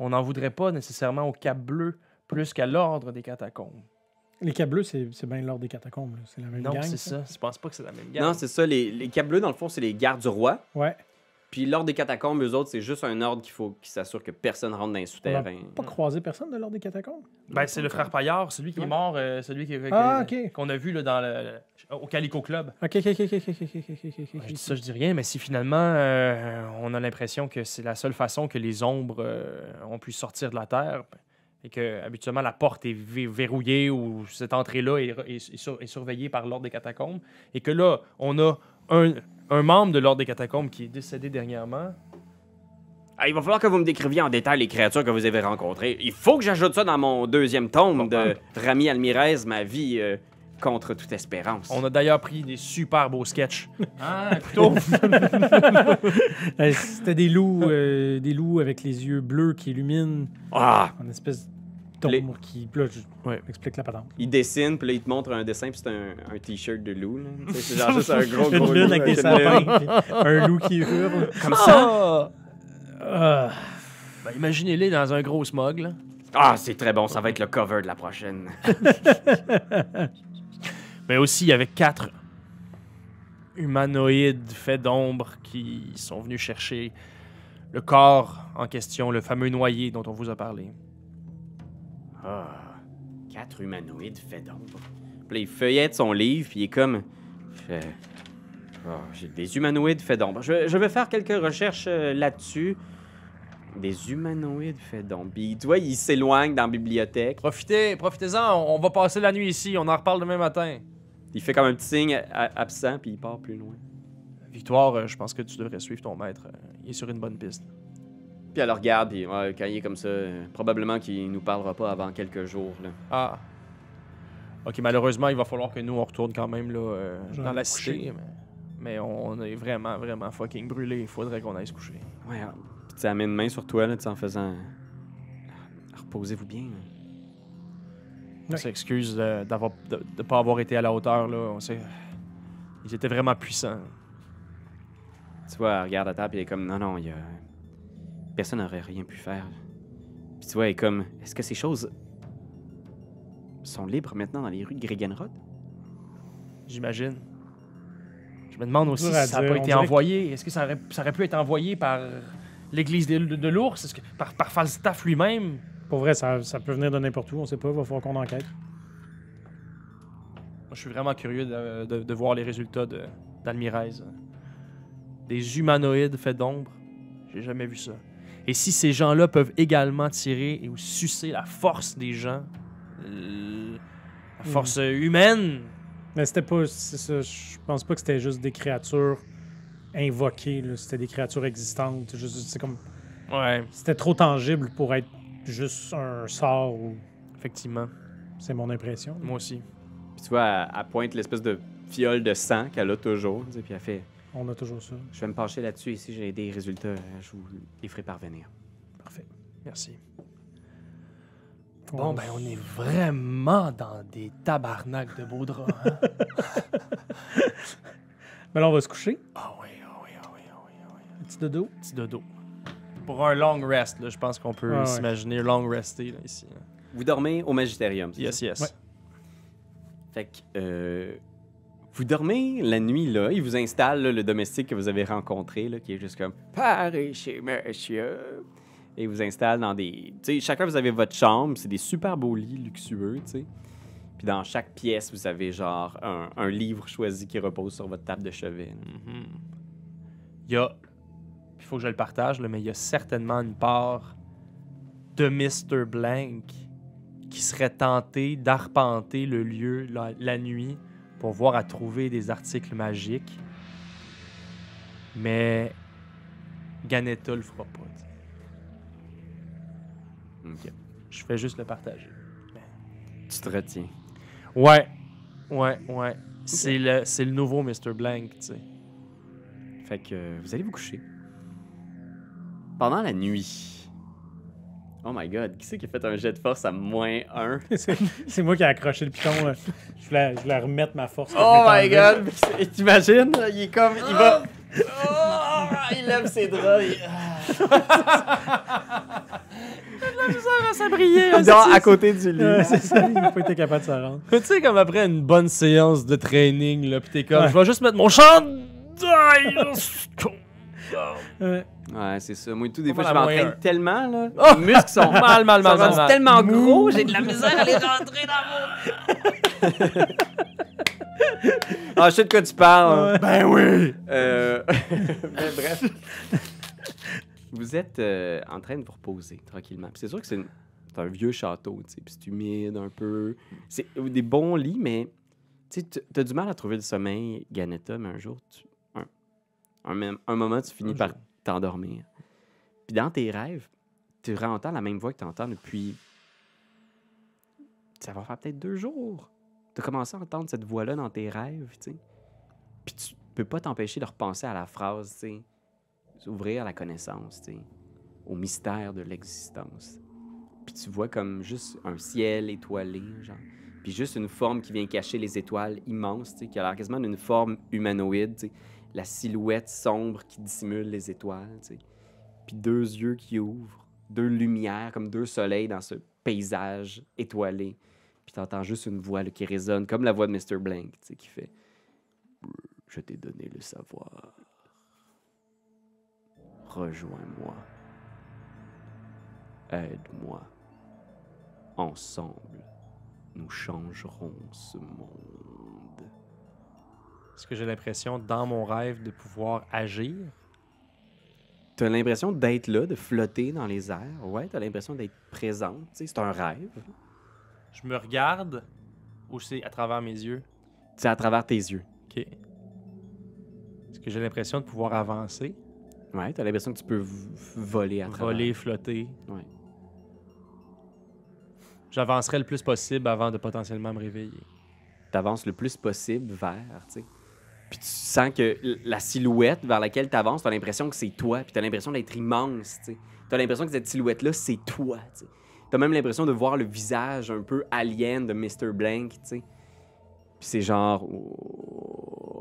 On n'en voudrait pas nécessairement aux Capes Bleus plus qu'à l'ordre des catacombes.
Les câbles bleus, c'est c'est bien l'ordre des catacombes. là. C'est la même
Non,
gang.
c'est ça. Je pense pas que c'est la même gamme.
Non, c'est ça, les, les Capes bleus, dans le fond, c'est les gardes du roi.
Ouais.
Puis l'ordre des catacombes, eux autres, c'est juste un ordre qu'il faut qui s'assure que personne rentre dans les
On n'a
souterrains.
pas croisé personne de l'ordre des catacombes.
Ben, c'est le frère Paillard, celui qui est mort, euh, celui qui-
Ah,
que-
ok.
qu'on a vu là, dans le, le- au Calico Club.
Ok, ok, ok, ok, ok, ok, ok, ok, ok,
Je
ok.
dis ça, je dis rien, mais si finalement euh, on a l'impression que c'est la seule façon que les ombres euh, ont pu sortir de la terre ben, et que habituellement la porte est vé- verrouillée ou cette entrée-là est, re- est- est sur- est surveillée par l'ordre des catacombes et que là on a un, un membre de l'ordre des catacombes qui est décédé dernièrement.
Ah, il va falloir que vous me décriviez en détail les créatures que vous avez rencontrées. Il faut que j'ajoute ça dans mon deuxième tome de Rami Almirez, ma vie euh, contre toute espérance.
On a d'ailleurs pris des super beaux sketchs. Ah, plutôt.
Euh, C'était des loups, euh, des loups avec les yeux bleus qui illuminent
Ah!
en espèce d'ombre
Les-
qui. Là, je
Ouais.
explique la patente.
Il dessine, puis là, il te montre un dessin, puis c'est un, un t-shirt de loup. là. Tu sais, C'est genre juste un gros, gros
Une
loup.
lune avec des
une lune.
sapins, puis un loup qui hurle.
Comme ça.
Ah.
Ben, Imaginez-les dans un gros smog. Là.
Ah, c'est très bon, ça va être le cover de la prochaine.
Mais aussi, il y avait quatre humanoïdes faits d'ombre qui sont venus chercher le corps en question, le fameux noyé dont on vous a parlé.
Ah, quatre humanoïdes faits d'ombre. Puis là, il feuillette son livre, puis il est comme... Euh, ah, J'ai des humanoïdes faits d'ombre. Je, je vais faire quelques recherches euh, là-dessus. Des humanoïdes faits d'ombre. Puis tu vois, il s'éloigne dans la bibliothèque.
Profitez, profitez-en, on on va passer la nuit ici, on en reparle demain matin.
Il fait comme un petit signe a- absent, puis il part plus loin.
Victoire, euh, je pense que tu devrais suivre ton maître. euh, Il est sur une bonne piste.
Puis elle le regarde, puis ouais, quand il est comme ça, euh, probablement qu'il nous parlera pas avant quelques jours. Là.
Ah. Ok, malheureusement, il va falloir que nous, on retourne quand même là, euh,
Je vais
dans
aller
la
me coucher.
cité. Mais, mais on est vraiment, vraiment fucking brûlé. Il faudrait qu'on aille se coucher.
Ouais, ah, puis tu amènes une main sur toi, là, tu sais, en faisant. Ah, Reposez-vous bien. là.
On
Ouais.
s'excuse de ne pas avoir été à la hauteur. Là. On s'est- Ils étaient vraiment puissants.
Tu vois, elle regarde à terre, puis elle est comme, non, non, il y a. Personne n'aurait rien pu faire. Puis tu vois, elle est comme, est-ce que ces choses. sont libres maintenant dans les rues de Gregenrod?
J'imagine. Je me demande aussi
Dur
si
à
ça n'a
dire.
pas
On
été
dirait que-
envoyé. Est-ce que ça aurait, ça aurait pu être envoyé par l'église de, de- de l'ours? Est-ce que- Par, par Falstaff lui-même?
Pour vrai, ça, ça peut venir de n'importe où, on sait pas, il va falloir qu'on enquête.
Moi, je suis vraiment curieux de, de- de voir les résultats de- d'Almirez. Des humanoïdes faits d'ombre. J'ai jamais vu ça. Et si ces gens-là peuvent également tirer et ou sucer la force des gens, l-
Hmm.
la force humaine,
Mais c'était pas. c'est ça, je pense pas que c'était juste des créatures invoquées, là, c'était des créatures existantes. juste- C'est comme.
ouais,
C'était trop tangible pour être juste un sort. ou-
Effectivement.
C'est mon impression.
Moi aussi.
Puis tu vois, elle, elle pointe l'espèce de fiole de sang qu'elle a toujours. tu sais, Puis elle fait
On a toujours ça.
Je vais me pencher là-dessus et si j'ai des résultats, euh, je vous les ferai parvenir.
Parfait. Merci.
On-
Bon, ben, on est vraiment dans des tabarnaks de beaux draps. hein?
Mais là, on va se coucher.
Ah oui, ah oui, ah oui, ah oui, ah oui.
Petit dodo.
Petit dodo. Pour un long rest, là, je pense qu'on peut
Ah ouais.
s'imaginer long rester là, ici. là.
Vous dormez au Magisterium. c'est
Yes, yes.
Ouais.
Fait que, euh, vous dormez la nuit, là. Il vous installe là, le domestique que vous avez rencontré, là, qui est juste comme Paris chez monsieur. Et il vous installe dans des. Tu sais, chacun, vous avez votre chambre. C'est des super beaux lits luxueux, tu sais. Puis dans chaque pièce, vous avez genre un, un livre choisi qui repose sur votre table de chevet. là.
Mhm. Il y a. Il faut que je le partage, là, mais il y a certainement une part de Mr. Blank qui serait tenté d'arpenter le lieu la, la nuit pour voir à trouver des articles magiques. Mais Ganetta le fera pas. tu sais.
Mm-hmm. Ok.
Je fais juste le partager.
Tu te retiens.
Ouais. Ouais, ouais. C'est le, c'est le nouveau Mr. Blank, tu sais.
Fait que euh, vous allez vous coucher. Pendant la nuit. Oh my god, qui c'est qui a fait un jet de force à moins 1?
C'est c'est moi qui ai accroché le piton. euh. Je voulais, je voulais remettre ma force. que je
Oh
m'étais
my
enlevée.
god! mais T'imagines? là, Il est comme. Il va. Oh, il lève ses draps. Il... Ah!
Ça brillait,
il dort à côté du lit.
Ouais, c'est ça, il n'a pas été capable de s'en rendre.
Mais tu sais, comme après une bonne séance de training, là, pis t'es comme,
Ouais.
je vais juste mettre mon chandail.
Ouais.
Ouais, c'est ça. Moi, tout des
On
fois,
va
je
la moins
m'entraîne
un.
tellement, là. Oh! Mes muscles sont mal,
mal, mal, mal, mal,
sont
mal.
tellement gros, j'ai de la misère à les rentrer dans mon. Ah, je sais de quoi tu parles. Ben oui! Euh, Mais bref. Vous êtes euh, en train de vous reposer tranquillement. Puis c'est sûr que c'est une- c'est un vieux château, tu sais. Puis c'est humide un peu. C'est des bons lits, mais tu as du mal à trouver le sommeil, Ganetta, mais un jour, tu- un, un même- un moment, tu finis par t'endormir. Puis dans tes rêves, tu réentends la même voix que tu entends depuis. Ça va faire peut-être deux jours. Tu as commencé à entendre cette voix-là dans tes rêves, tu sais. Puis tu peux pas t'empêcher de repenser à la phrase, tu sais. S'ouvrir à la connaissance, tu sais. Au mystère de l'existence. Puis tu vois comme juste un ciel étoilé, genre. Puis juste une forme qui vient cacher les étoiles immenses, tu sais, qui a l'air quasiment d'une forme humanoïde, tu sais. La silhouette sombre qui dissimule les étoiles, tu sais puis deux yeux qui ouvrent, deux lumières comme deux soleils dans ce paysage étoilé. Puis t'entends juste une voix là, qui résonne comme la voix de Mr. Blank, tu sais, qui fait Je t'ai donné le savoir. Rejoins-moi. Aide-moi. Ensemble, nous changerons ce monde.
Est-ce que j'ai l'impression, dans mon rêve, de pouvoir agir?
T'as l'impression d'être là, de flotter dans les airs. Ouais, t'as l'impression d'être présente. tu sais, C'est un rêve.
Je me regarde, ou c'est à travers mes yeux?
C'est à travers tes yeux.
Ok. Est-ce que j'ai l'impression de pouvoir avancer,
Ouais, t'as l'impression que tu peux v- voler à travers.
voler, flotter?
Ouais.
J'avancerai le plus possible avant de potentiellement me réveiller.
T'avances le plus possible vers, tu sais. Puis tu sens que l- la silhouette vers laquelle t'avances, t'as l'impression que c'est toi, puis t'as l'impression d'être immense, tu sais. T'as l'impression que cette silhouette-là, c'est toi, tu sais. T'as même l'impression de voir le visage un peu alien de Mr. Blank, tu sais. Puis c'est genre... Oh,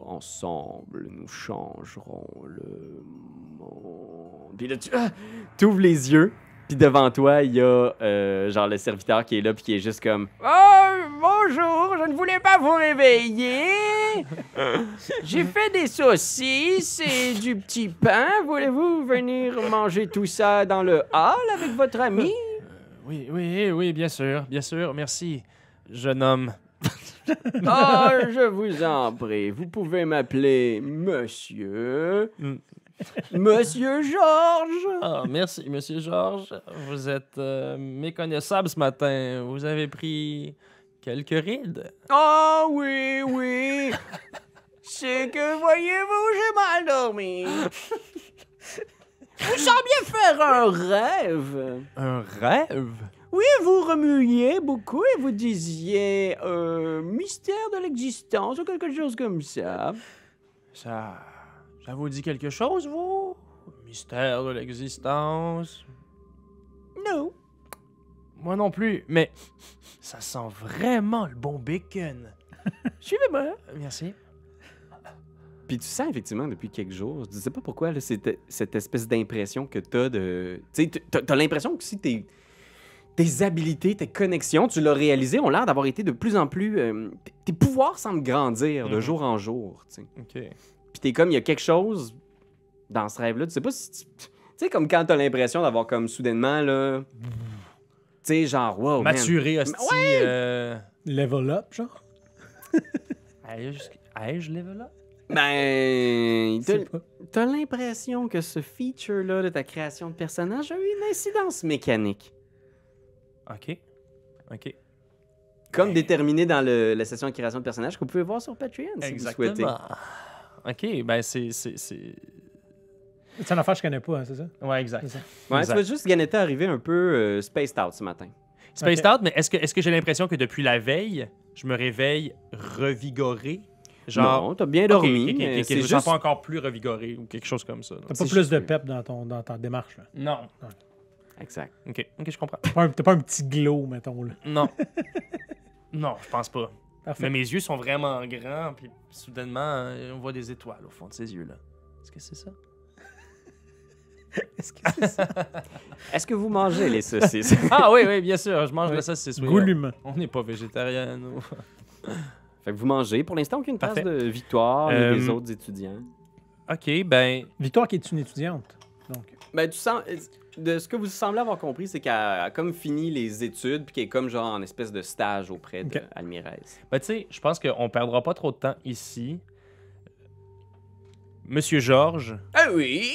ensemble, nous changerons le monde. Puis là, tu ah! t'ouvres les yeux, puis devant toi, il y a euh, genre le serviteur qui est là, puis qui est juste comme... Oh, bonjour, je ne voulais pas vous réveiller. J'ai fait des saucisses et du petit pain. Voulez-vous venir manger tout ça dans le hall avec votre ami?
Oui, oui, oui, bien sûr, bien sûr, merci, jeune homme.
Oh, je vous en prie, vous pouvez m'appeler monsieur.
Mm.
Monsieur Georges.
Ah, merci, Monsieur Georges. Vous êtes euh, méconnaissable ce matin. Vous avez pris quelques rides.
Oh oui, oui. C'est que voyez-vous, j'ai mal dormi. Vous sembliez faire un rêve.
Un rêve?
Oui, vous remuiez beaucoup et vous disiez euh, mystère de l'existence ou quelque chose comme ça.
Ça. Ça vous dit quelque chose, vous? Mystère de l'existence?
Non.
Moi non plus, mais ça sent vraiment le bon bacon.
Suivez-moi.
Merci.
Puis tu sens effectivement depuis quelques jours, je ne sais pas pourquoi, là, c'était- cette espèce d'impression que t'as de. Tu sais, t- t'as- t'as l'impression que si tes, tes habilités, tes connexions, tu l'as réalisé, ont l'air d'avoir été de plus en plus. euh, t- tes pouvoirs semblent grandir de
Mhm.
jour en jour, tu sais.
OK.
Puis t'es comme, il y a quelque chose dans ce rêve-là. Tu sais pas si. Tu tu sais, comme quand t'as l'impression d'avoir comme soudainement, là. Tu sais, genre, wow. Oh, man.
Maturé, hostie. euh,
Level up, genre.
Ai-je ai-je level up?
Ben.
Je sais
t'as-
pas.
T'as l'impression que ce feature-là de ta création de personnage a eu une incidence mécanique.
OK. OK.
Comme
Ben.
déterminé dans le- la session de création de personnage que vous pouvez voir sur Patreon si vous souhaitez.
OK, ben c'est... c'est- c'est-
C'est une affaire que je connais pas, hein, c'est ça?
Ouais, exact.
Ouais, tu
Exact.
vois juste Ganeta arriver un peu euh, spaced out ce matin.
Spaced
Ok.
out, mais est-ce que, est que j'ai l'impression que depuis la veille, je me réveille revigoré? Genre...
non, t'as bien
Ok, ok,
dormi,
ok, ok,
mais
ok,
c'est
je me sens
juste...
pas encore plus revigoré ou quelque chose comme ça. là.
T'as
Si
pas
je
plus de
peux.
pep dans, ton, dans ta démarche, là.
Non.
Exact.
OK, OK, je comprends.
T'as pas, un- t'as pas un petit glow, mettons, là.
Non. non, je pense pas.
Parfait.
Mais mes yeux sont vraiment grands, puis soudainement, euh, on voit des étoiles au fond de ses yeux, là. Est-ce que c'est ça?
Est-ce que c'est ça?
Est-ce que vous mangez les saucisses?
Ah oui, oui, bien sûr, je mange
Oui.
la sauce, c'est sûr.
Goût l'humain.
On n'est pas végétarien, nous.
fait que vous mangez. Pour l'instant, aucune trace
Parfait.
de victoire ni
Euh,
des autres étudiants.
OK, ben,
Victoire qui est une étudiante. Donc,
Ben, tu sens... De ce que vous semblez avoir compris, c'est qu'elle a comme fini les études, puis qu'elle est comme genre en espèce de stage auprès de
Ok.
Almirez.
ben tu sais, je pense qu'on perdra pas trop de temps ici. Monsieur Georges,
Ah oui!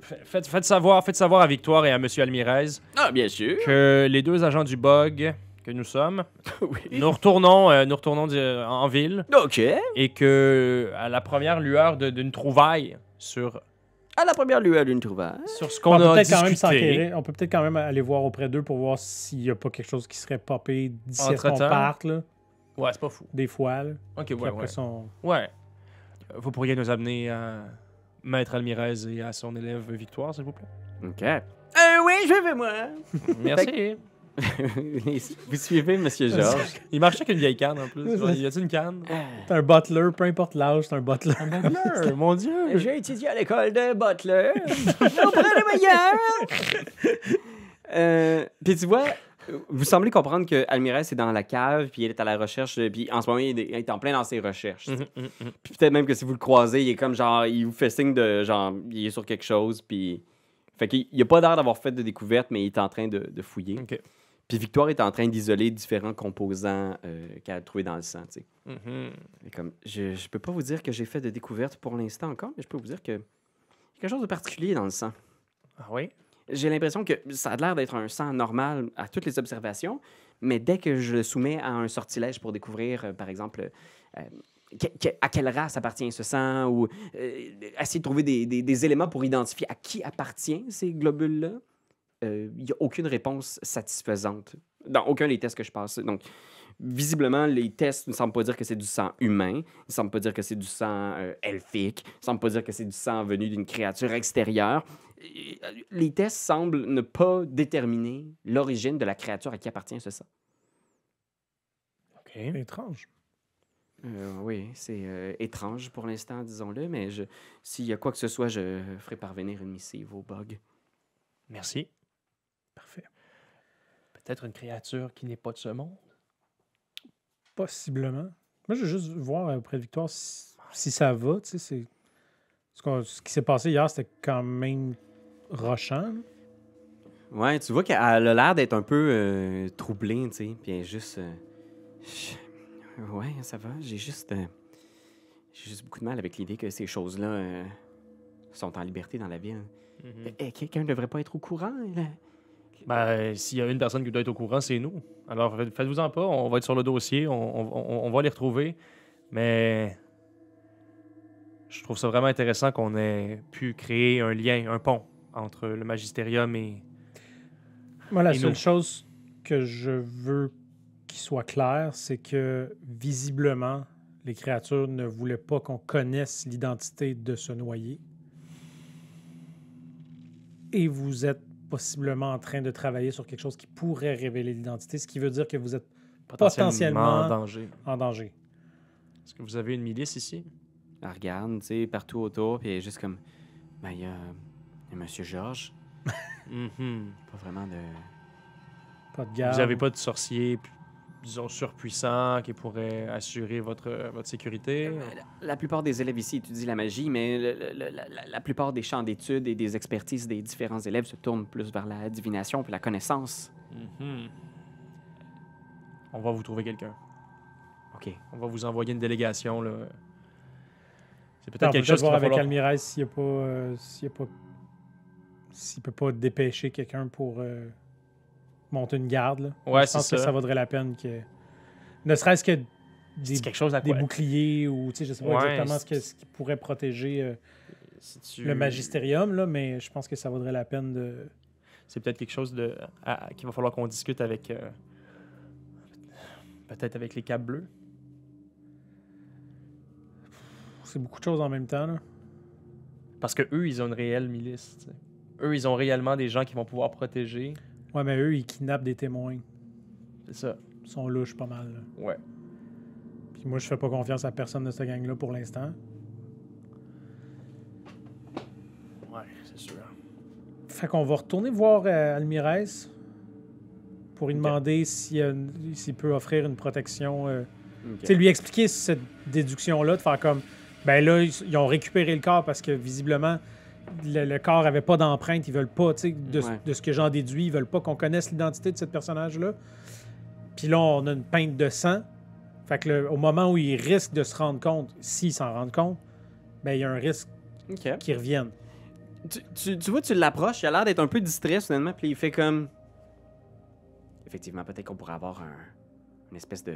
fa- faites, faites savoir, faites savoir à Victoire et à Monsieur Almirez
Ah, bien sûr!
que les deux agents du bug que nous sommes,
oui.
nous retournons, euh, nous retournons di- en ville
OK.
et que à la première lueur de- d'une trouvaille sur,
À la première lueur d'une trouvaille.
sur ce
on,
qu'on
peut
a
Bah, peut-être quand même
discuté.
s'enquérir. On peut peut-être quand même aller voir auprès d'eux pour voir s'il y a pas quelque chose qui serait popé d'ici à ce qu'on
Entre-temps.
parte, là,
Ouais, c'est pas fou.
des fois, là.
Ok,
Puis
ouais,
après
ouais.
ça, on-
Ouais. Euh, Vous pourriez nous amener à Maître Almirez et à son élève Victoire, s'il vous plaît.
OK. Euh, oui, je vais, moi.
Merci.
vous suivez, Monsieur Georges?
Il marche avec une vieille canne en plus.
C'est
Genre,
ça.
y a-t-il une canne
T'es un butler, peu importe l'âge, t'es un butler.
Blur, Mon Dieu.
J'ai étudié à l'école de Butler. On prend le meilleur. Euh, puis tu vois, vous semblez comprendre que Almirez est dans la cave, puis il est à la recherche, puis en ce moment, il est, il est en plein dans ses recherches.
Mhm, mhm, mhm.
Puis peut-être même que si vous le croisez, il est comme genre, il vous fait signe de genre, il est sur quelque chose, puis. Fait qu'il il a pas l'air d'avoir fait de découverte, mais il est en train de, de fouiller.
Ok.
Puis Victoire est en train d'isoler différents composants euh, qu'elle a trouvés dans le sang, tu sais.
Mhm.
Elle est comme, je, je peux pas vous dire que j'ai fait de découverte pour l'instant encore, mais je peux vous dire que. Il y a quelque chose de particulier dans le sang.
Ah oui?
J'ai l'impression que ça a l'air d'être un sang normal à toutes les observations, mais dès que je le soumets à un sortilège pour découvrir, euh, par exemple, euh, que- que- à quelle race appartient ce sang, ou euh, essayer de trouver des, des- des éléments pour identifier à qui appartient ces globules-là, euh, il n'y a aucune réponse satisfaisante dans aucun des tests que je passe. Donc, visiblement, les tests ne semblent pas dire que c'est du sang humain, ils ne semblent pas dire que c'est du sang euh, elfique, ils ne semblent pas dire que c'est du sang venu d'une créature extérieure. Et, euh, Les tests semblent ne pas déterminer l'origine de la créature à qui appartient ce sang.
Ok.
étrange.
Euh, oui, c'est euh, étrange pour l'instant, disons-le, mais je- s'il y a quoi que ce soit, je ferai parvenir une missive au bug.
Merci.
Parfait.
Peut-être une créature qui n'est pas de ce monde.
Possiblement. Moi, je veux juste voir auprès de Victoire si, si ça va. Tu sais, c'est... Ce, qu'on- ce qui s'est passé hier, c'était quand même rochant. là.
Ouais, tu vois qu'elle a l'air d'être un peu euh, troublée, tu sais. Puis elle est juste. euh, je- Ouais, ça va. J'ai juste. euh, J'ai juste beaucoup de mal avec l'idée que ces choses-là euh, sont en liberté dans la ville. Et quelqu'un ne devrait pas être au courant. là.
Ben, s'il y a une personne qui doit être au courant, c'est nous. Alors, faites- faites-vous-en pas, on va être sur le dossier, on, on- on- on va les retrouver. Mais je trouve ça vraiment intéressant qu'on ait pu créer un lien, un pont entre le Magisterium et.
Moi, la
Et
seule
nous.
chose que je veux qu'il soit clair, c'est que visiblement, les créatures ne voulaient pas qu'on connaisse l'identité de ce noyé. Et vous êtes possiblement en train de travailler sur quelque chose qui pourrait révéler l'identité, ce qui veut dire que vous êtes Potentiellement.
en danger.
en danger.
Est-ce que vous avez une milice ici?
Elle regarde, tu sais, partout autour, puis elle est juste comme. Ben, il y a. il y a Monsieur Georges.
Mhm.
Pas vraiment de.
Pas de garde.
Vous n'avez pas de sorcier, p- disons, surpuissant qui pourrait assurer votre, votre sécurité?
Euh, La plupart des élèves ici étudient la magie, mais le- le- la, la- la plupart des champs d'études et des expertises des différents élèves se tournent plus vers la divination puis la connaissance.
Mhm. On va vous trouver quelqu'un.
OK.
On va vous envoyer une délégation. là. C'est
Non,
peut-être
on peut
quelque chose
peut-être
qu'il
voir
va
avec
falloir-
Almirez s'il n'y a pas. euh, s'il y a pas. S'il peut pas dépêcher quelqu'un pour euh, monter une garde. là.
Ouais,
Je
c'est
pense
ça.
que ça vaudrait la peine que. Ne serait-ce que des,
C'est quelque chose à
des
quoi?
boucliers ou tu sais, je sais pas
Ouais,
exactement ce,
c'est-
que- ce qui pourrait protéger euh,
Si tu-
le magisterium, là, mais je pense que ça vaudrait la peine de.
C'est peut-être quelque chose de à- à- qu'il va falloir qu'on discute avec. euh, peut-être avec les câbles bleus.
C'est beaucoup de choses en même temps. Là.
Parce que eux, ils ont une réelle milice. tu sais. Eux, ils ont réellement des gens qui vont pouvoir protéger.
Ouais, mais eux, ils kidnappent des témoins.
C'est ça.
Ils sont louches pas mal. là.
Ouais.
Puis moi, je fais pas confiance à personne de cette gang-là pour l'instant.
Ouais, c'est sûr. hein.
Fait qu'on va retourner voir euh, Almirez pour lui demander s'il y a une- s'il peut offrir une protection. euh, Tu sais, lui expliquer cette déduction-là, de faire comme. Ben là, ils, ils ont récupéré le corps parce que visiblement, le, le corps avait pas d'empreinte. Ils veulent pas, tu sais, de,
Ouais.
de ce que j'en déduis, ils veulent pas qu'on connaisse l'identité de ce personnage-là. Puis là, on a une peinte de sang. Fait que le- au moment où ils risquent de se rendre compte, s'ils s'en rendent compte, ben il y a un risque
OK.
qu'ils reviennent.
Tu, tu- tu vois, tu l'approches, il a l'air d'être un peu distrait, soudainement, puis il fait comme. Effectivement, peut-être qu'on pourrait avoir un, une espèce de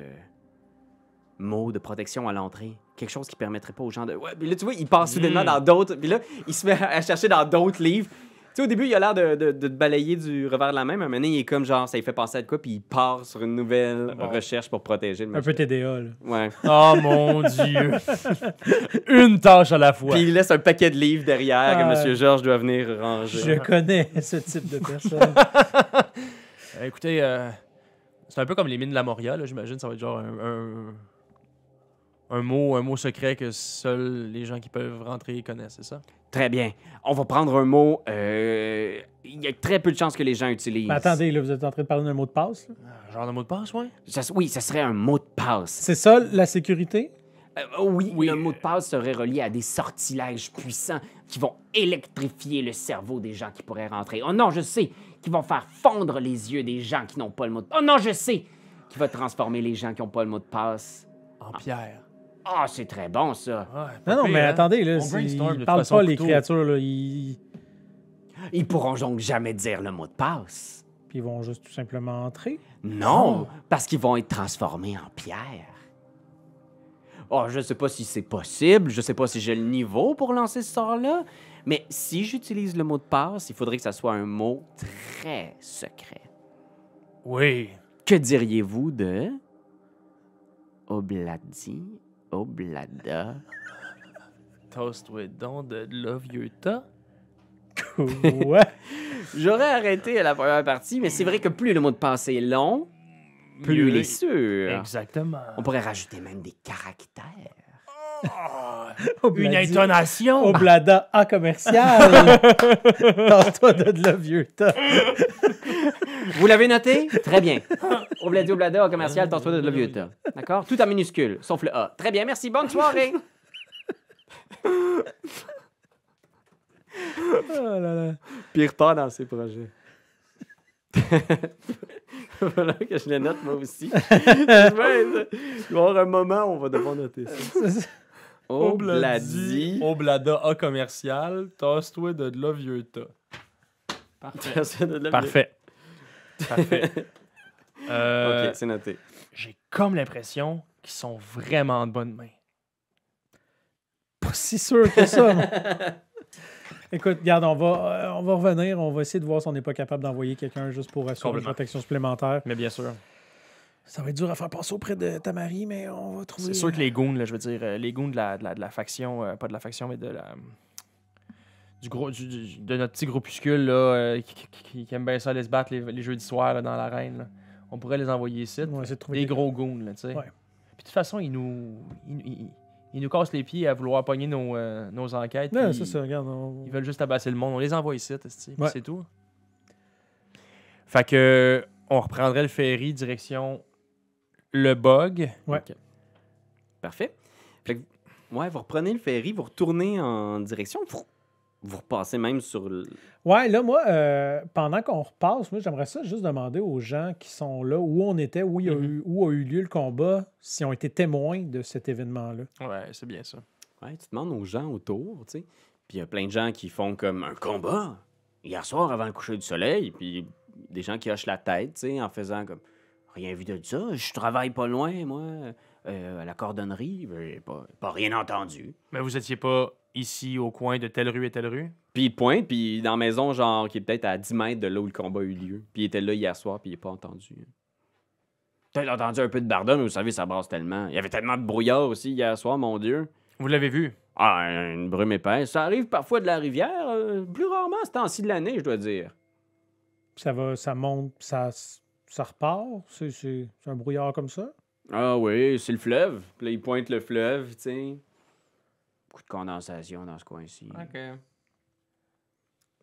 mot de protection à l'entrée. Quelque chose qui permettrait pas aux gens de. Ouais, puis là, tu vois, il passe soudainement
Hmm.
dans d'autres. Puis là, il se met à chercher dans d'autres livres. Tu sais, au début, il a l'air de, de, de te balayer du revers de la main, mais maintenant, il est comme genre, ça lui fait penser à de quoi, puis il part sur une nouvelle
Bon.
recherche pour protéger le
Un peu
magicien.
TDA, là.
Ouais.
Oh mon dieu! Une tâche à la fois.
Puis il laisse un paquet de livres derrière
Ah.
que Monsieur Georges doit venir ranger.
Je connais ce type de personne.
Euh, Écoutez, euh, c'est un peu comme les mines de la Moria, là, j'imagine. Ça va être genre un, un- un mot, un mot secret que seuls les gens qui peuvent rentrer connaissent, c'est ça?
Très bien. On va prendre un mot. euh, Il y a très peu de chances que les gens utilisent.
Mais Ben, attendez, là, vous êtes en train de parler d'un mot de passe. là?
Un genre de mot de passe, ouais?
Ça s- oui, ce serait un mot de passe.
C'est ça, la sécurité?
Euh, oh oui,
Oui.
le mot de passe serait relié à des sortilèges puissants qui vont électrifier le cerveau des gens qui pourraient rentrer. Oh non, je sais. Qui vont faire fondre les yeux des gens qui n'ont pas le mot de passe. Oh non, je sais. Qui va transformer les gens qui n'ont pas le mot de passe.
En pierre.
Ah, c'est très bon, ça.
Ouais, pas
Non, non,
pire,
mais
hein?
attendez, là,
On
c'est-
brainstorm, de
ils
toute
parlent
façon,
pas, les
couteau.
créatures, là. Ils...
Ils pourront donc jamais dire le mot de passe.
Puis ils vont juste tout simplement entrer.
Non, parce qu'ils vont être transformés en pierre. Oh, je sais pas si c'est possible, je sais pas si j'ai le niveau pour lancer ce sort-là, mais si j'utilise le mot de passe, il faudrait que ça soit un mot très secret.
Oui.
Que diriez-vous de Obladi, Oblada
Toast with don de l'ovieuta.
ouais.
J'aurais arrêté à la première partie, mais c'est vrai que plus le mot de passe est long, plus il est sûr.
Exactement.
On pourrait rajouter même des caractères.
Une
Obladi-
Ah, intonation.
Oblada A commercial. Tente-toi de, de le vieux temps.
Vous l'avez noté? Très bien. Obladi Oblada, au commercial, tente-toi de l'oviota. D'accord? Tout en minuscule, sauf le A. Très bien, merci. Bonne soirée.
Oh là là.
Pire pas dans ses projets. voilà que je le note moi aussi. je vais je vais avoir un moment où on va devoir noter ça. Obladi.
Oblada A commercial. Toast with de l'ovieuta. Parfait. Parfait. Euh,
Ok, c'est noté.
J'ai comme l'impression qu'ils sont vraiment de bonnes mains.
Pas si sûr que ça. moi. Écoute, regarde, on va, euh, on va revenir. On va essayer de voir si on n'est pas capable d'envoyer quelqu'un juste pour assurer une
Complètement.
protection supplémentaire.
Mais bien sûr.
Ça va être dur à faire passer auprès de Tamari, mais on va trouver.
C'est sûr que les goons, là, je veux dire, euh, les goons de la, de la, de la faction, euh, pas de la faction, mais de la. Du gros, du- du- de notre petit groupuscule là, euh, qui, qui- qui- qui aime bien ça aller se battre les, les jeudis soirs là, dans l'arène. là. On pourrait les envoyer ici.
On va essayer de trouver
Des
quelqu'un.
gros goons, là, tu sais.
Ouais.
Puis de toute façon, ils nous, ils, ils- ils nous cassent les pieds à vouloir pogner nos, euh, nos enquêtes.
Non,
puis
c'est ça, regarde. on-
Ils veulent juste tabasser le monde. On les envoie ici, esti, puis
Ouais.
c'est tout. Fait que on reprendrait le ferry direction le bug.
Parfait. Fait que, ouais, vous reprenez le ferry, vous retournez en direction, vous, vous repassez même sur le.
Ouais, là, moi, euh, pendant qu'on repasse, moi, j'aimerais ça juste demander aux gens qui sont là où on était, où, il y a,
Mhm.
eu, où a eu lieu le combat, s'ils ont été témoins de cet événement-là.
Ouais, c'est bien ça.
Ouais, tu demandes aux gens autour, tu sais. Puis il y a plein de gens qui font comme un combat hier soir avant le coucher du soleil, puis des gens qui hochent la tête, tu sais, en faisant comme rien vu de ça, je travaille pas loin, moi, euh, à la cordonnerie, j'ai pas, pas rien entendu.
Mais vous étiez pas ici au coin de telle rue et telle rue?
Puis il pointe, puis dans la maison, genre, qui est peut-être à 10 mètres de là où le combat a eu lieu. Puis il était là hier soir, puis il n'est pas entendu. hein. Peut-être entendu un peu de bardonne, vous savez, ça brasse tellement. Il y avait tellement de brouillard aussi hier soir, mon Dieu.
Vous l'avez vu?
Ah, une brume épaisse. Ça arrive parfois de la rivière, euh, plus rarement ce temps-ci de l'année, je dois dire.
Ça va, ça monte, ça, ça repart. C'est- C'est c'est un brouillard comme ça.
Ah oui, c'est le fleuve. Puis là, il pointe le fleuve, tu sais. Beaucoup de condensation dans ce coin-ci.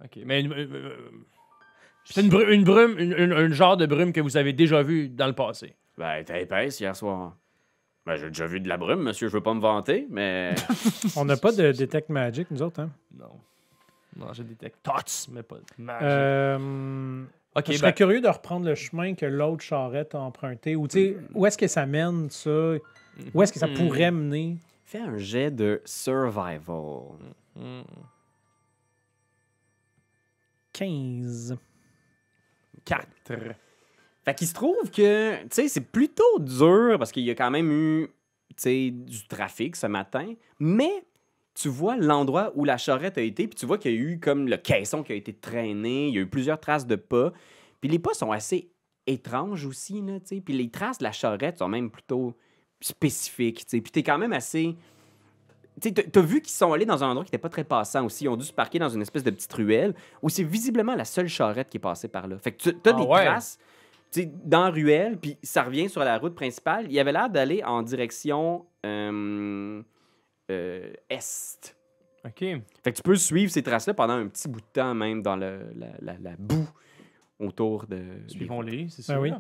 OK. Mais une, euh, euh, c'est une, bru- une brume, une, une- un genre de brume que vous avez déjà vu dans le passé.
Ben, elle était épaisse hier soir. Ben, j'ai déjà vu de la brume, monsieur, je veux pas me vanter, mais...
On n'a pas de Detect Magic, nous autres. Hein?
Non. Non, je détecte. Tots, mais pas.
Ah,
Magic.
Euh,
ok,
je
ben,
serais curieux de reprendre le chemin que l'autre charrette a emprunté. Ou, tu sais, où est-ce que ça mène, ça? Où est-ce que ça pourrait mener?
Fais un jet de survival.
Hmm.
15.
quatre.
Fait qu'il se trouve que, tu sais, c'est plutôt dur parce qu'il y a quand même eu, tu sais, du trafic ce matin, mais tu vois l'endroit où la charrette a été, puis tu vois qu'il y a eu comme le caisson qui a été traîné, il y a eu plusieurs traces de pas, puis les pas sont assez étranges aussi, là, tu sais, puis les traces de la charrette sont même plutôt spécifiques, tu sais, puis t'es quand même assez... Tu sais, t'as- t'as vu qu'ils sont allés dans un endroit qui n'était pas très passant aussi. Ils ont dû se parquer dans une espèce de petite ruelle où c'est visiblement la seule charrette qui est passée par là. Fait que tu- t'as
Ah
des
ouais.
traces tu sais, dans la ruelle, puis ça revient sur la route principale. Il avait l'air d'aller en direction euh, euh, est.
Ok.
Fait que tu peux suivre ces traces-là pendant un petit bout de temps, même dans le- la, la- la boue autour de. des
Suivons-les, c'est ça.
Ben oui.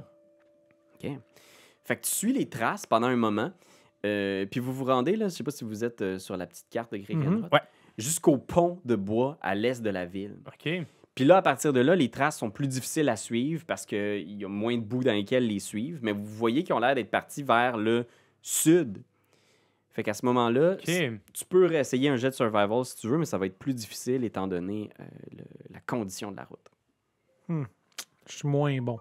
fait que tu suis les traces pendant un moment, euh, puis vous vous rendez, là, je sais pas si vous êtes euh, sur la petite carte de Gréganroth,
Mhm. Ouais.
jusqu'au pont de bois à l'est de la ville.
Ok.
Puis là, à partir de là, les traces sont plus difficiles à suivre parce qu'il y a moins de bouts dans lesquels les suivre, mais vous voyez qu'ils ont l'air d'être partis vers le sud. Fait qu'à ce moment-là,
Ok.
c- tu peux réessayer un jet de survival si tu veux, mais ça va être plus difficile étant donné euh, le- la condition de la route.
Je suis moins bon.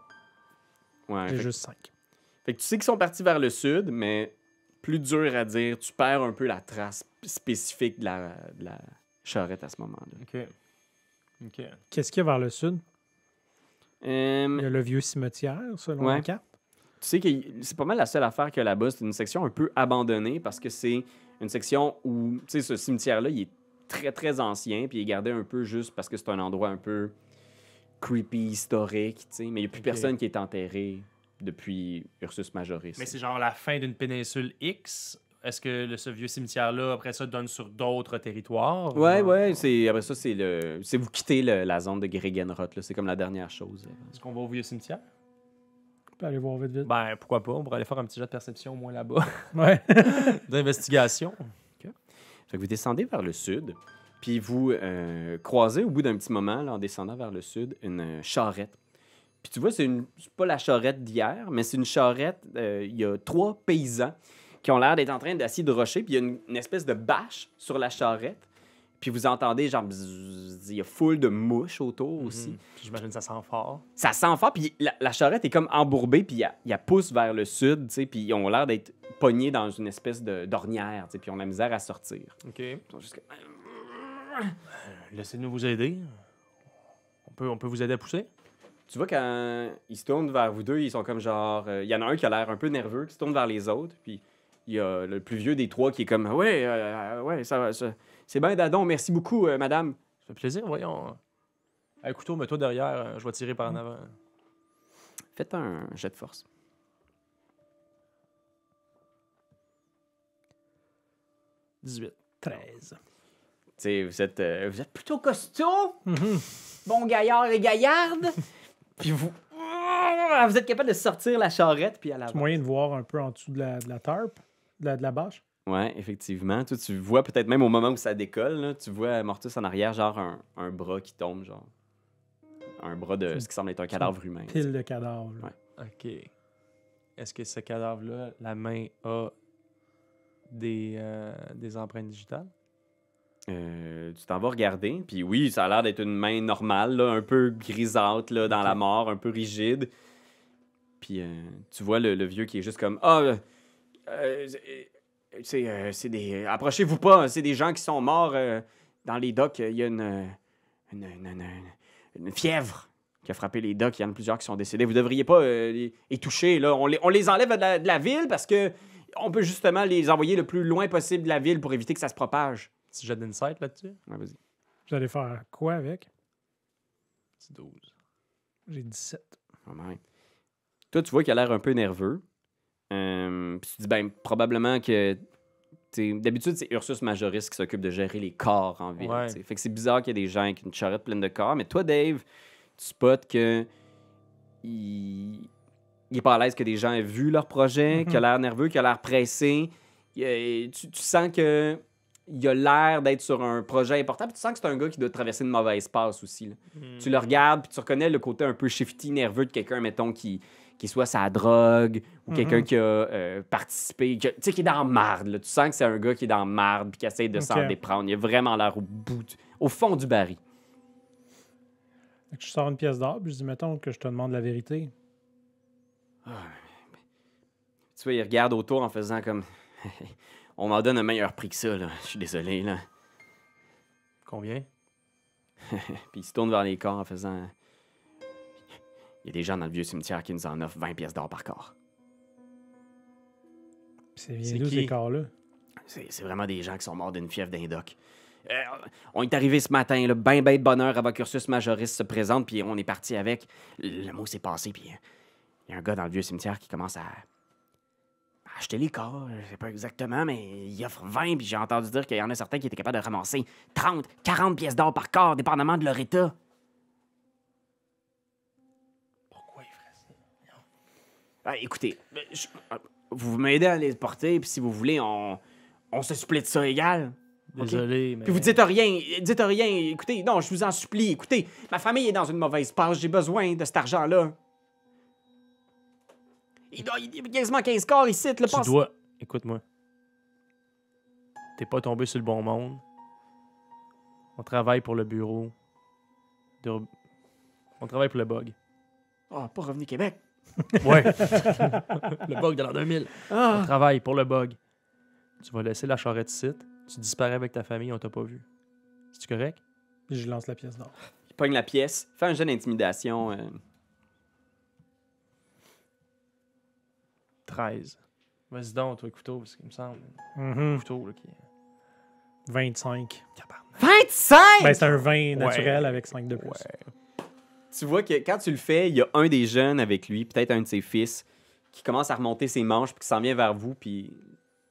Ouais,
J'ai
fait que-
juste 5.
Fait que tu sais qu'ils sont partis vers le sud, mais plus dur à dire, tu perds un peu la trace spécifique de la, de la charrette à ce moment-là.
Ok. Ok.
Qu'est-ce qu'il y a vers le sud? Il y
Euh,
a le vieux cimetière, selon
Ouais.
la carte.
tu sais que c'est pas mal la seule affaire que là-bas, c'est une section un peu abandonnée parce que c'est une section où, tu sais, ce cimetière-là, il est très, très ancien, puis il est gardé un peu juste parce que c'est un endroit un peu creepy, historique, tu sais, mais il n'y a plus personne qui est enterré depuis Ursus Majoris.
Mais c'est genre la fin d'une péninsule X. Est-ce que le- ce vieux cimetière-là, après ça, donne sur d'autres territoires?
Ouais,
Genre,
ouais, c'est après ça c'est le c'est vous quittez le- la zone de Gregenroth là, c'est comme la dernière chose.
Est-ce qu'on va au vieux cimetière?
On peut aller voir vite, vite.
Ben, pourquoi pas? On pourrait aller faire un petit jet de perception au moins là-bas.
Ouais.
D'investigation.
Fait que vous descendez vers le sud, puis vous euh, croisez au bout d'un petit moment là, en descendant vers le sud une euh, charrette. Puis tu vois c'est une c'est pas la charrette d'hier, mais c'est une charrette euh, il y a trois paysans qui ont l'air d'être en train d'assied de rocher, puis il y a une, une espèce de bâche sur la charrette. Puis vous entendez genre bzzz, il y a foule de mouches
Mhm.
autour aussi.
Puis J'imagine que ça sent fort.
ça sent fort, puis la, la charrette est comme embourbée, puis elle, elle pousse vers le sud, tu sais, puis ils ont l'air d'être pognés dans une espèce de- d'ornière, tu sais, puis ils ont de la misère à sortir.
OK.
Ils sont juste comme-
Ben, Laissez-nous vous aider. On peut, on peut vous aider à pousser.
Tu vois, quand ils se tournent vers vous deux, ils sont comme genre. euh, Il y en a un qui a l'air un peu nerveux, qui se tourne vers les autres. Puis il y a le plus vieux des trois qui est comme Ouais, euh, ouais, ça, va, ça- c'est bien, Dadon, merci beaucoup, euh, madame.
Ça fait plaisir, voyons. Un couteau, mets-toi derrière, euh, je vais tirer par en avant.
Faites un jet de force.
« 18. 13.
Tu sais, vous êtes, euh, vous êtes plutôt costaud,
Mhm.
bon gaillard et gaillarde. puis vous. Vous êtes capable de sortir la charrette, puis à la.
C'est moyen de voir un peu en dessous de la, de la tarpe, de la, de la bâche.
Ouais, effectivement. Toi, tu vois peut-être même au moment où ça décolle, là, tu vois Mortus en arrière, genre un, un bras qui tombe, genre. Un bras de ce qui semble être un cadavre humain.
Pile de cadavres. là.
Ouais.
OK. Est-ce que ce cadavre-là, la main a des, euh, des empreintes digitales?
Euh, tu t'en vas regarder, puis oui, ça a l'air d'être une main normale, là, un peu grisâtre là, dans la mort, un peu rigide. Puis euh, tu vois le, le vieux qui est juste comme Ah, euh, euh, c'est- c'est euh, c'est des. Approchez-vous pas, c'est des gens qui sont morts euh, dans les docks. Il y a une, euh, une, une- une- une fièvre qui a frappé les docks. Il y en a plusieurs qui sont décédés. Vous devriez pas euh, les, les toucher. Là. On, les, on les enlève de la, de la ville parce que on peut justement les envoyer le plus loin possible de la ville pour éviter que ça se propage.
Petit jet d'insight là-dessus?
Ouais, vas-y.
Vous allez faire quoi avec?
Petit 12.
J'ai 17.
Quand même. Toi, tu vois qu'il a l'air un peu nerveux. Euh, puis tu te dis, ben, probablement que. t'sais, D'habitude, c'est Ursus Majoris qui s'occupe de gérer les corps en ville.
Ouais.
t'sais. Fait que c'est bizarre qu'il y ait des gens avec une charrette pleine de corps. Mais toi, Dave, tu spots que. Il, il est pas à l'aise que des gens aient vu leur projet, qu'il a l'air nerveux, qu'il a l'air pressé. Il- euh, tu, tu sens que. Il a l'air d'être sur un projet important. Puis tu sens que c'est un gars qui doit traverser une mauvaise passe aussi. là. Tu le regardes, puis tu reconnais le côté un peu shifty, nerveux de quelqu'un, mettons, qui, qui soit sa drogue, ou quelqu'un qui a euh, participé, qui a- tu sais, qui est dans marde. là. Tu sens que c'est un gars qui est dans marde, puis qui essaie de s'en
Ok.
déprendre. Il a vraiment l'air au bout, du- au fond du baril.
Fait que je sors une pièce d'or, puis je dis, mettons que je te demande la vérité.
Tu vois, il regarde autour en faisant comme. On m'en donne un meilleur prix que ça, là. Je suis désolé, là.
Combien?
Puis il se tourne vers les corps en faisant. Il y a des gens dans le vieux cimetière qui nous en offrent 20 pièces d'or par corps.
Puis c'est
C'est
bien d'où
qui?
ces corps-là?
C'est c'est vraiment des gens qui sont morts d'une fièvre d'indoc. Euh, on est arrivé ce matin, le ben ben de bonheur avant qu'Ursus Majoris se présente, puis on est parti avec. Le mot s'est passé, puis euh, il y a un gars dans le vieux cimetière qui commence à, à acheter les corps, je sais pas exactement, mais il offre 20, puis j'ai entendu dire qu'il y en a certains qui étaient capables de ramasser 30, 40 pièces d'or par corps, dépendamment de leur état.
Pourquoi il ferait ça?
Ah, écoutez, ben, je- ah, vous m'aidez à les porter, puis si vous voulez, on, on se split ça égal.
Désolé, mais...
Puis vous dites rien, dites rien. Écoutez, non, je vous en supplie, écoutez, ma famille est dans une mauvaise passe, j'ai besoin de cet argent-là. Il doit- il y a quasiment 15 corps ici, le
Tu
passe-
dois... Écoute-moi. T'es pas tombé sur le bon monde. On travaille pour le bureau. de- On travaille pour le bug.
Ah, pas revenu Québec.
Ouais. le bug de l'an 2000.
Ah.
On travaille pour le bug. Tu vas laisser la charrette ici. Tu disparais avec ta famille, on t'a pas vu. C'est-tu correct?
Puis je lance la pièce d'or.
Il pogne la pièce, fait un jeu d'intimidation. euh.
13. Vas-y donc, toi, le couteau, parce qu'il me semble. Le
Mhm.
couteau, là, qui.
25.
25!
Ben, c'est un vin naturel avec 5 de plus.
tu vois que quand tu le fais, il y a un des jeunes avec lui, peut-être un de ses fils, qui commence à remonter ses manches, puis qui s'en vient vers vous, puis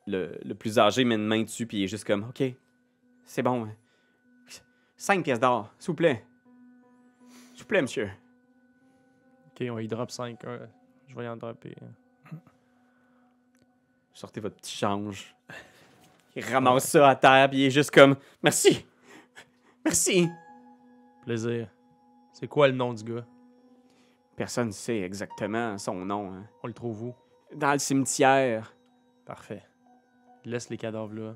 le, le plus âgé met une main dessus, puis il est juste comme, OK, c'est bon. 5 pièces d'or, s'il vous plaît. S'il vous plaît, monsieur.
Ok, on y drop 5. Je vais y en dropper.
Sortez votre petit change. Il ramasse ça à terre, puis il est juste comme, merci. Merci.
Plaisir. C'est quoi le nom du gars?
Personne ne sait exactement son nom. hein.
On le trouve où?
Dans le cimetière.
Parfait. Laisse les cadavres là.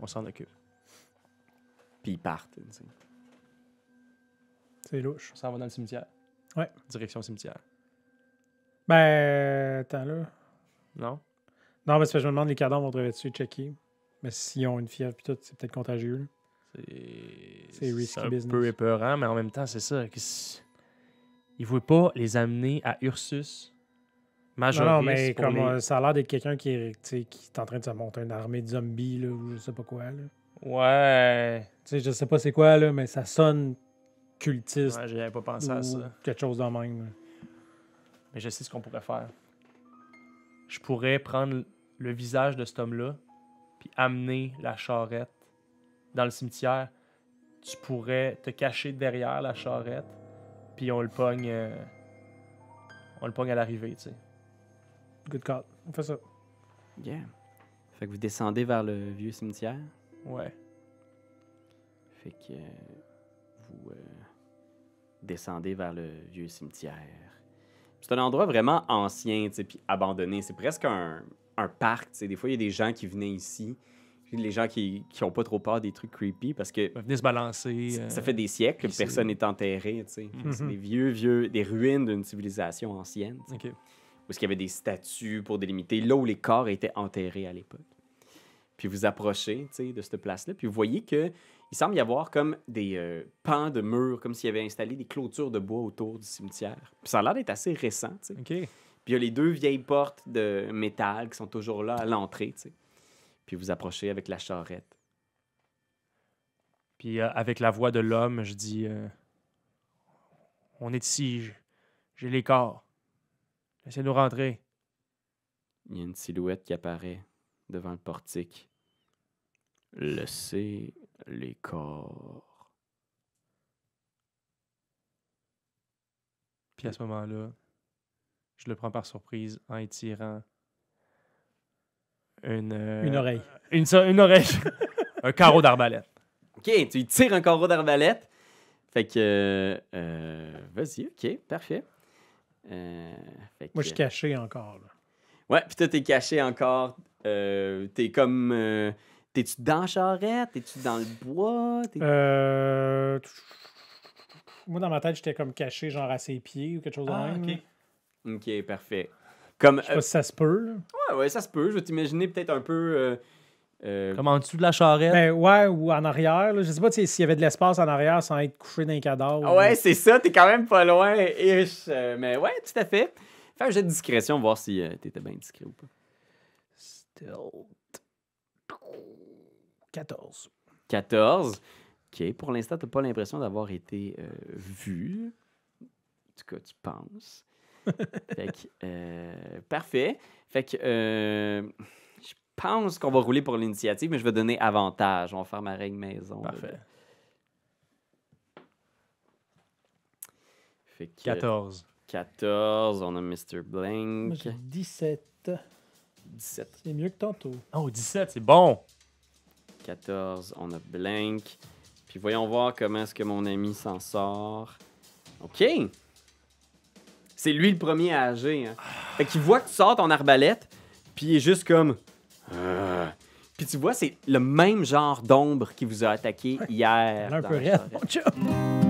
On s'en occupe.
Puis ils partent. tu sais.
C'est louche.
On s'en va dans le cimetière.
Ouais.
Direction cimetière.
Ben, attends là.
Non?
Non, mais c'est parce que je me demande, les cadavres vont trouver dessus checker. Mais s'ils ont une fièvre, puis tout, c'est peut-être contagieux. là.
C'est
C'est risky
un
business.
peu épeurant, mais en même temps, c'est ça. qu'est-ce- Il ne voulait pas les amener à Ursus.
Non,
Majoris
non, mais
pour
comme
les-
euh, ça a l'air d'être quelqu'un qui, est- tu sais, qui est en train de se monter une armée de zombies, là, ou je sais pas quoi. Là.
Ouais.
Tu sais, je sais pas c'est quoi, là, mais ça sonne cultiste.
Ouais, J'avais pas pensé à
ou
ça.
quelque chose de même. là.
Mais je sais ce qu'on pourrait faire. Je pourrais prendre le visage de cet homme-là, puis amener la charrette dans le cimetière. Tu pourrais te cacher derrière la charrette, puis on le pogne. euh, on le pogne à l'arrivée, tu sais.
Good call. On fait ça.
Euh,
Yeah. Fait que vous descendez vers le vieux cimetière.
Ouais.
Fait que euh, vous euh, descendez vers le vieux cimetière. C'est un endroit vraiment ancien, tu sais, puis abandonné. C'est presque un, un parc, tu sais. Des fois, il y a des gens qui venaient ici. Puis Les gens qui qui ont pas trop peur des trucs creepy parce que
Venez se balancer.
ça-
euh,
ça fait des siècles que
puis c'est-
personne n'est enterré, tu sais. C'est
Mhm.
des vieux, vieux, des ruines d'une civilisation ancienne. tu sais
Ok.
où il y avait des statues pour délimiter là où les corps étaient enterrés à l'époque. Puis vous approchez tu sais, de cette place-là, puis vous voyez que il semble y avoir comme des euh, pans de murs, comme s'il y avait installé des clôtures de bois autour du cimetière. Puis ça a l'air d'être assez récent. tu sais.
Ok.
Puis il y a les deux vieilles portes de métal qui sont toujours là à l'entrée. tu sais. Puis vous approchez avec la charrette.
Puis euh, avec la voix de l'homme, je dis euh, On est ici, j- j'ai les corps. Laissez-nous rentrer.
Il y a une silhouette qui apparaît devant le portique. Laissez les corps.
Puis à ce moment-là, je le prends par surprise en étirant une. euh,
Une oreille.
Une, so- une oreille. un carreau d'arbalète.
OK, tu y tires un carreau d'arbalète. Fait que. euh, euh, Vas-y, OK, parfait. Euh, fait que-
Moi, je suis caché encore. là.
Ouais, puis toi, t'es caché encore. Euh, t'es comme. euh, T'es-tu dans la charrette? T'es-tu dans le bois? T'es-
Euh... Moi, dans ma tête, j'étais comme caché, genre à ses pieds ou quelque chose
Ah,
de même.
ok.
là.
Ok, parfait. Comme.
Euh. Je sais pas si ça se peut. là.
euh, ouais, ouais, ça se peut. Je vais t'imaginer peut-être un peu. euh, euh,
Comme en dessous de la charrette.
Ben ouais, ou en arrière. là. Je sais pas tu sais, s'il y avait de l'espace en arrière sans être couché dans un cadavre.
Ah ouais, c'est ça, t'es quand même pas loin, ish. Euh, mais ouais, tout à fait. Fais un jet de discrétion, voir si euh, t'étais bien discret ou pas.
14.
14. OK, pour l'instant, tu pas l'impression d'avoir été euh, vu. En tout cas, tu penses. fait que, euh, parfait. Fait que, euh, je pense qu'on va rouler pour l'initiative, mais je vais donner avantage. On va faire ma règle maison. là.
Parfait.
Fait que,
14.
14, on a Mr.
Moi,
Blank.
j'ai 17.
17.
C'est mieux que tantôt.
Oh, 17, c'est bon.
14, on a Blank. Puis voyons voir comment est-ce que mon ami s'en sort. OK. C'est lui le premier à agir. hein. Fait qu'il voit que tu sors ton arbalète, puis il est juste comme... Ah. Puis tu vois, c'est le même genre d'ombre qui vous a attaqué hier.
Elle a un
dans
peu
la
raide,
forêt.
mon chum.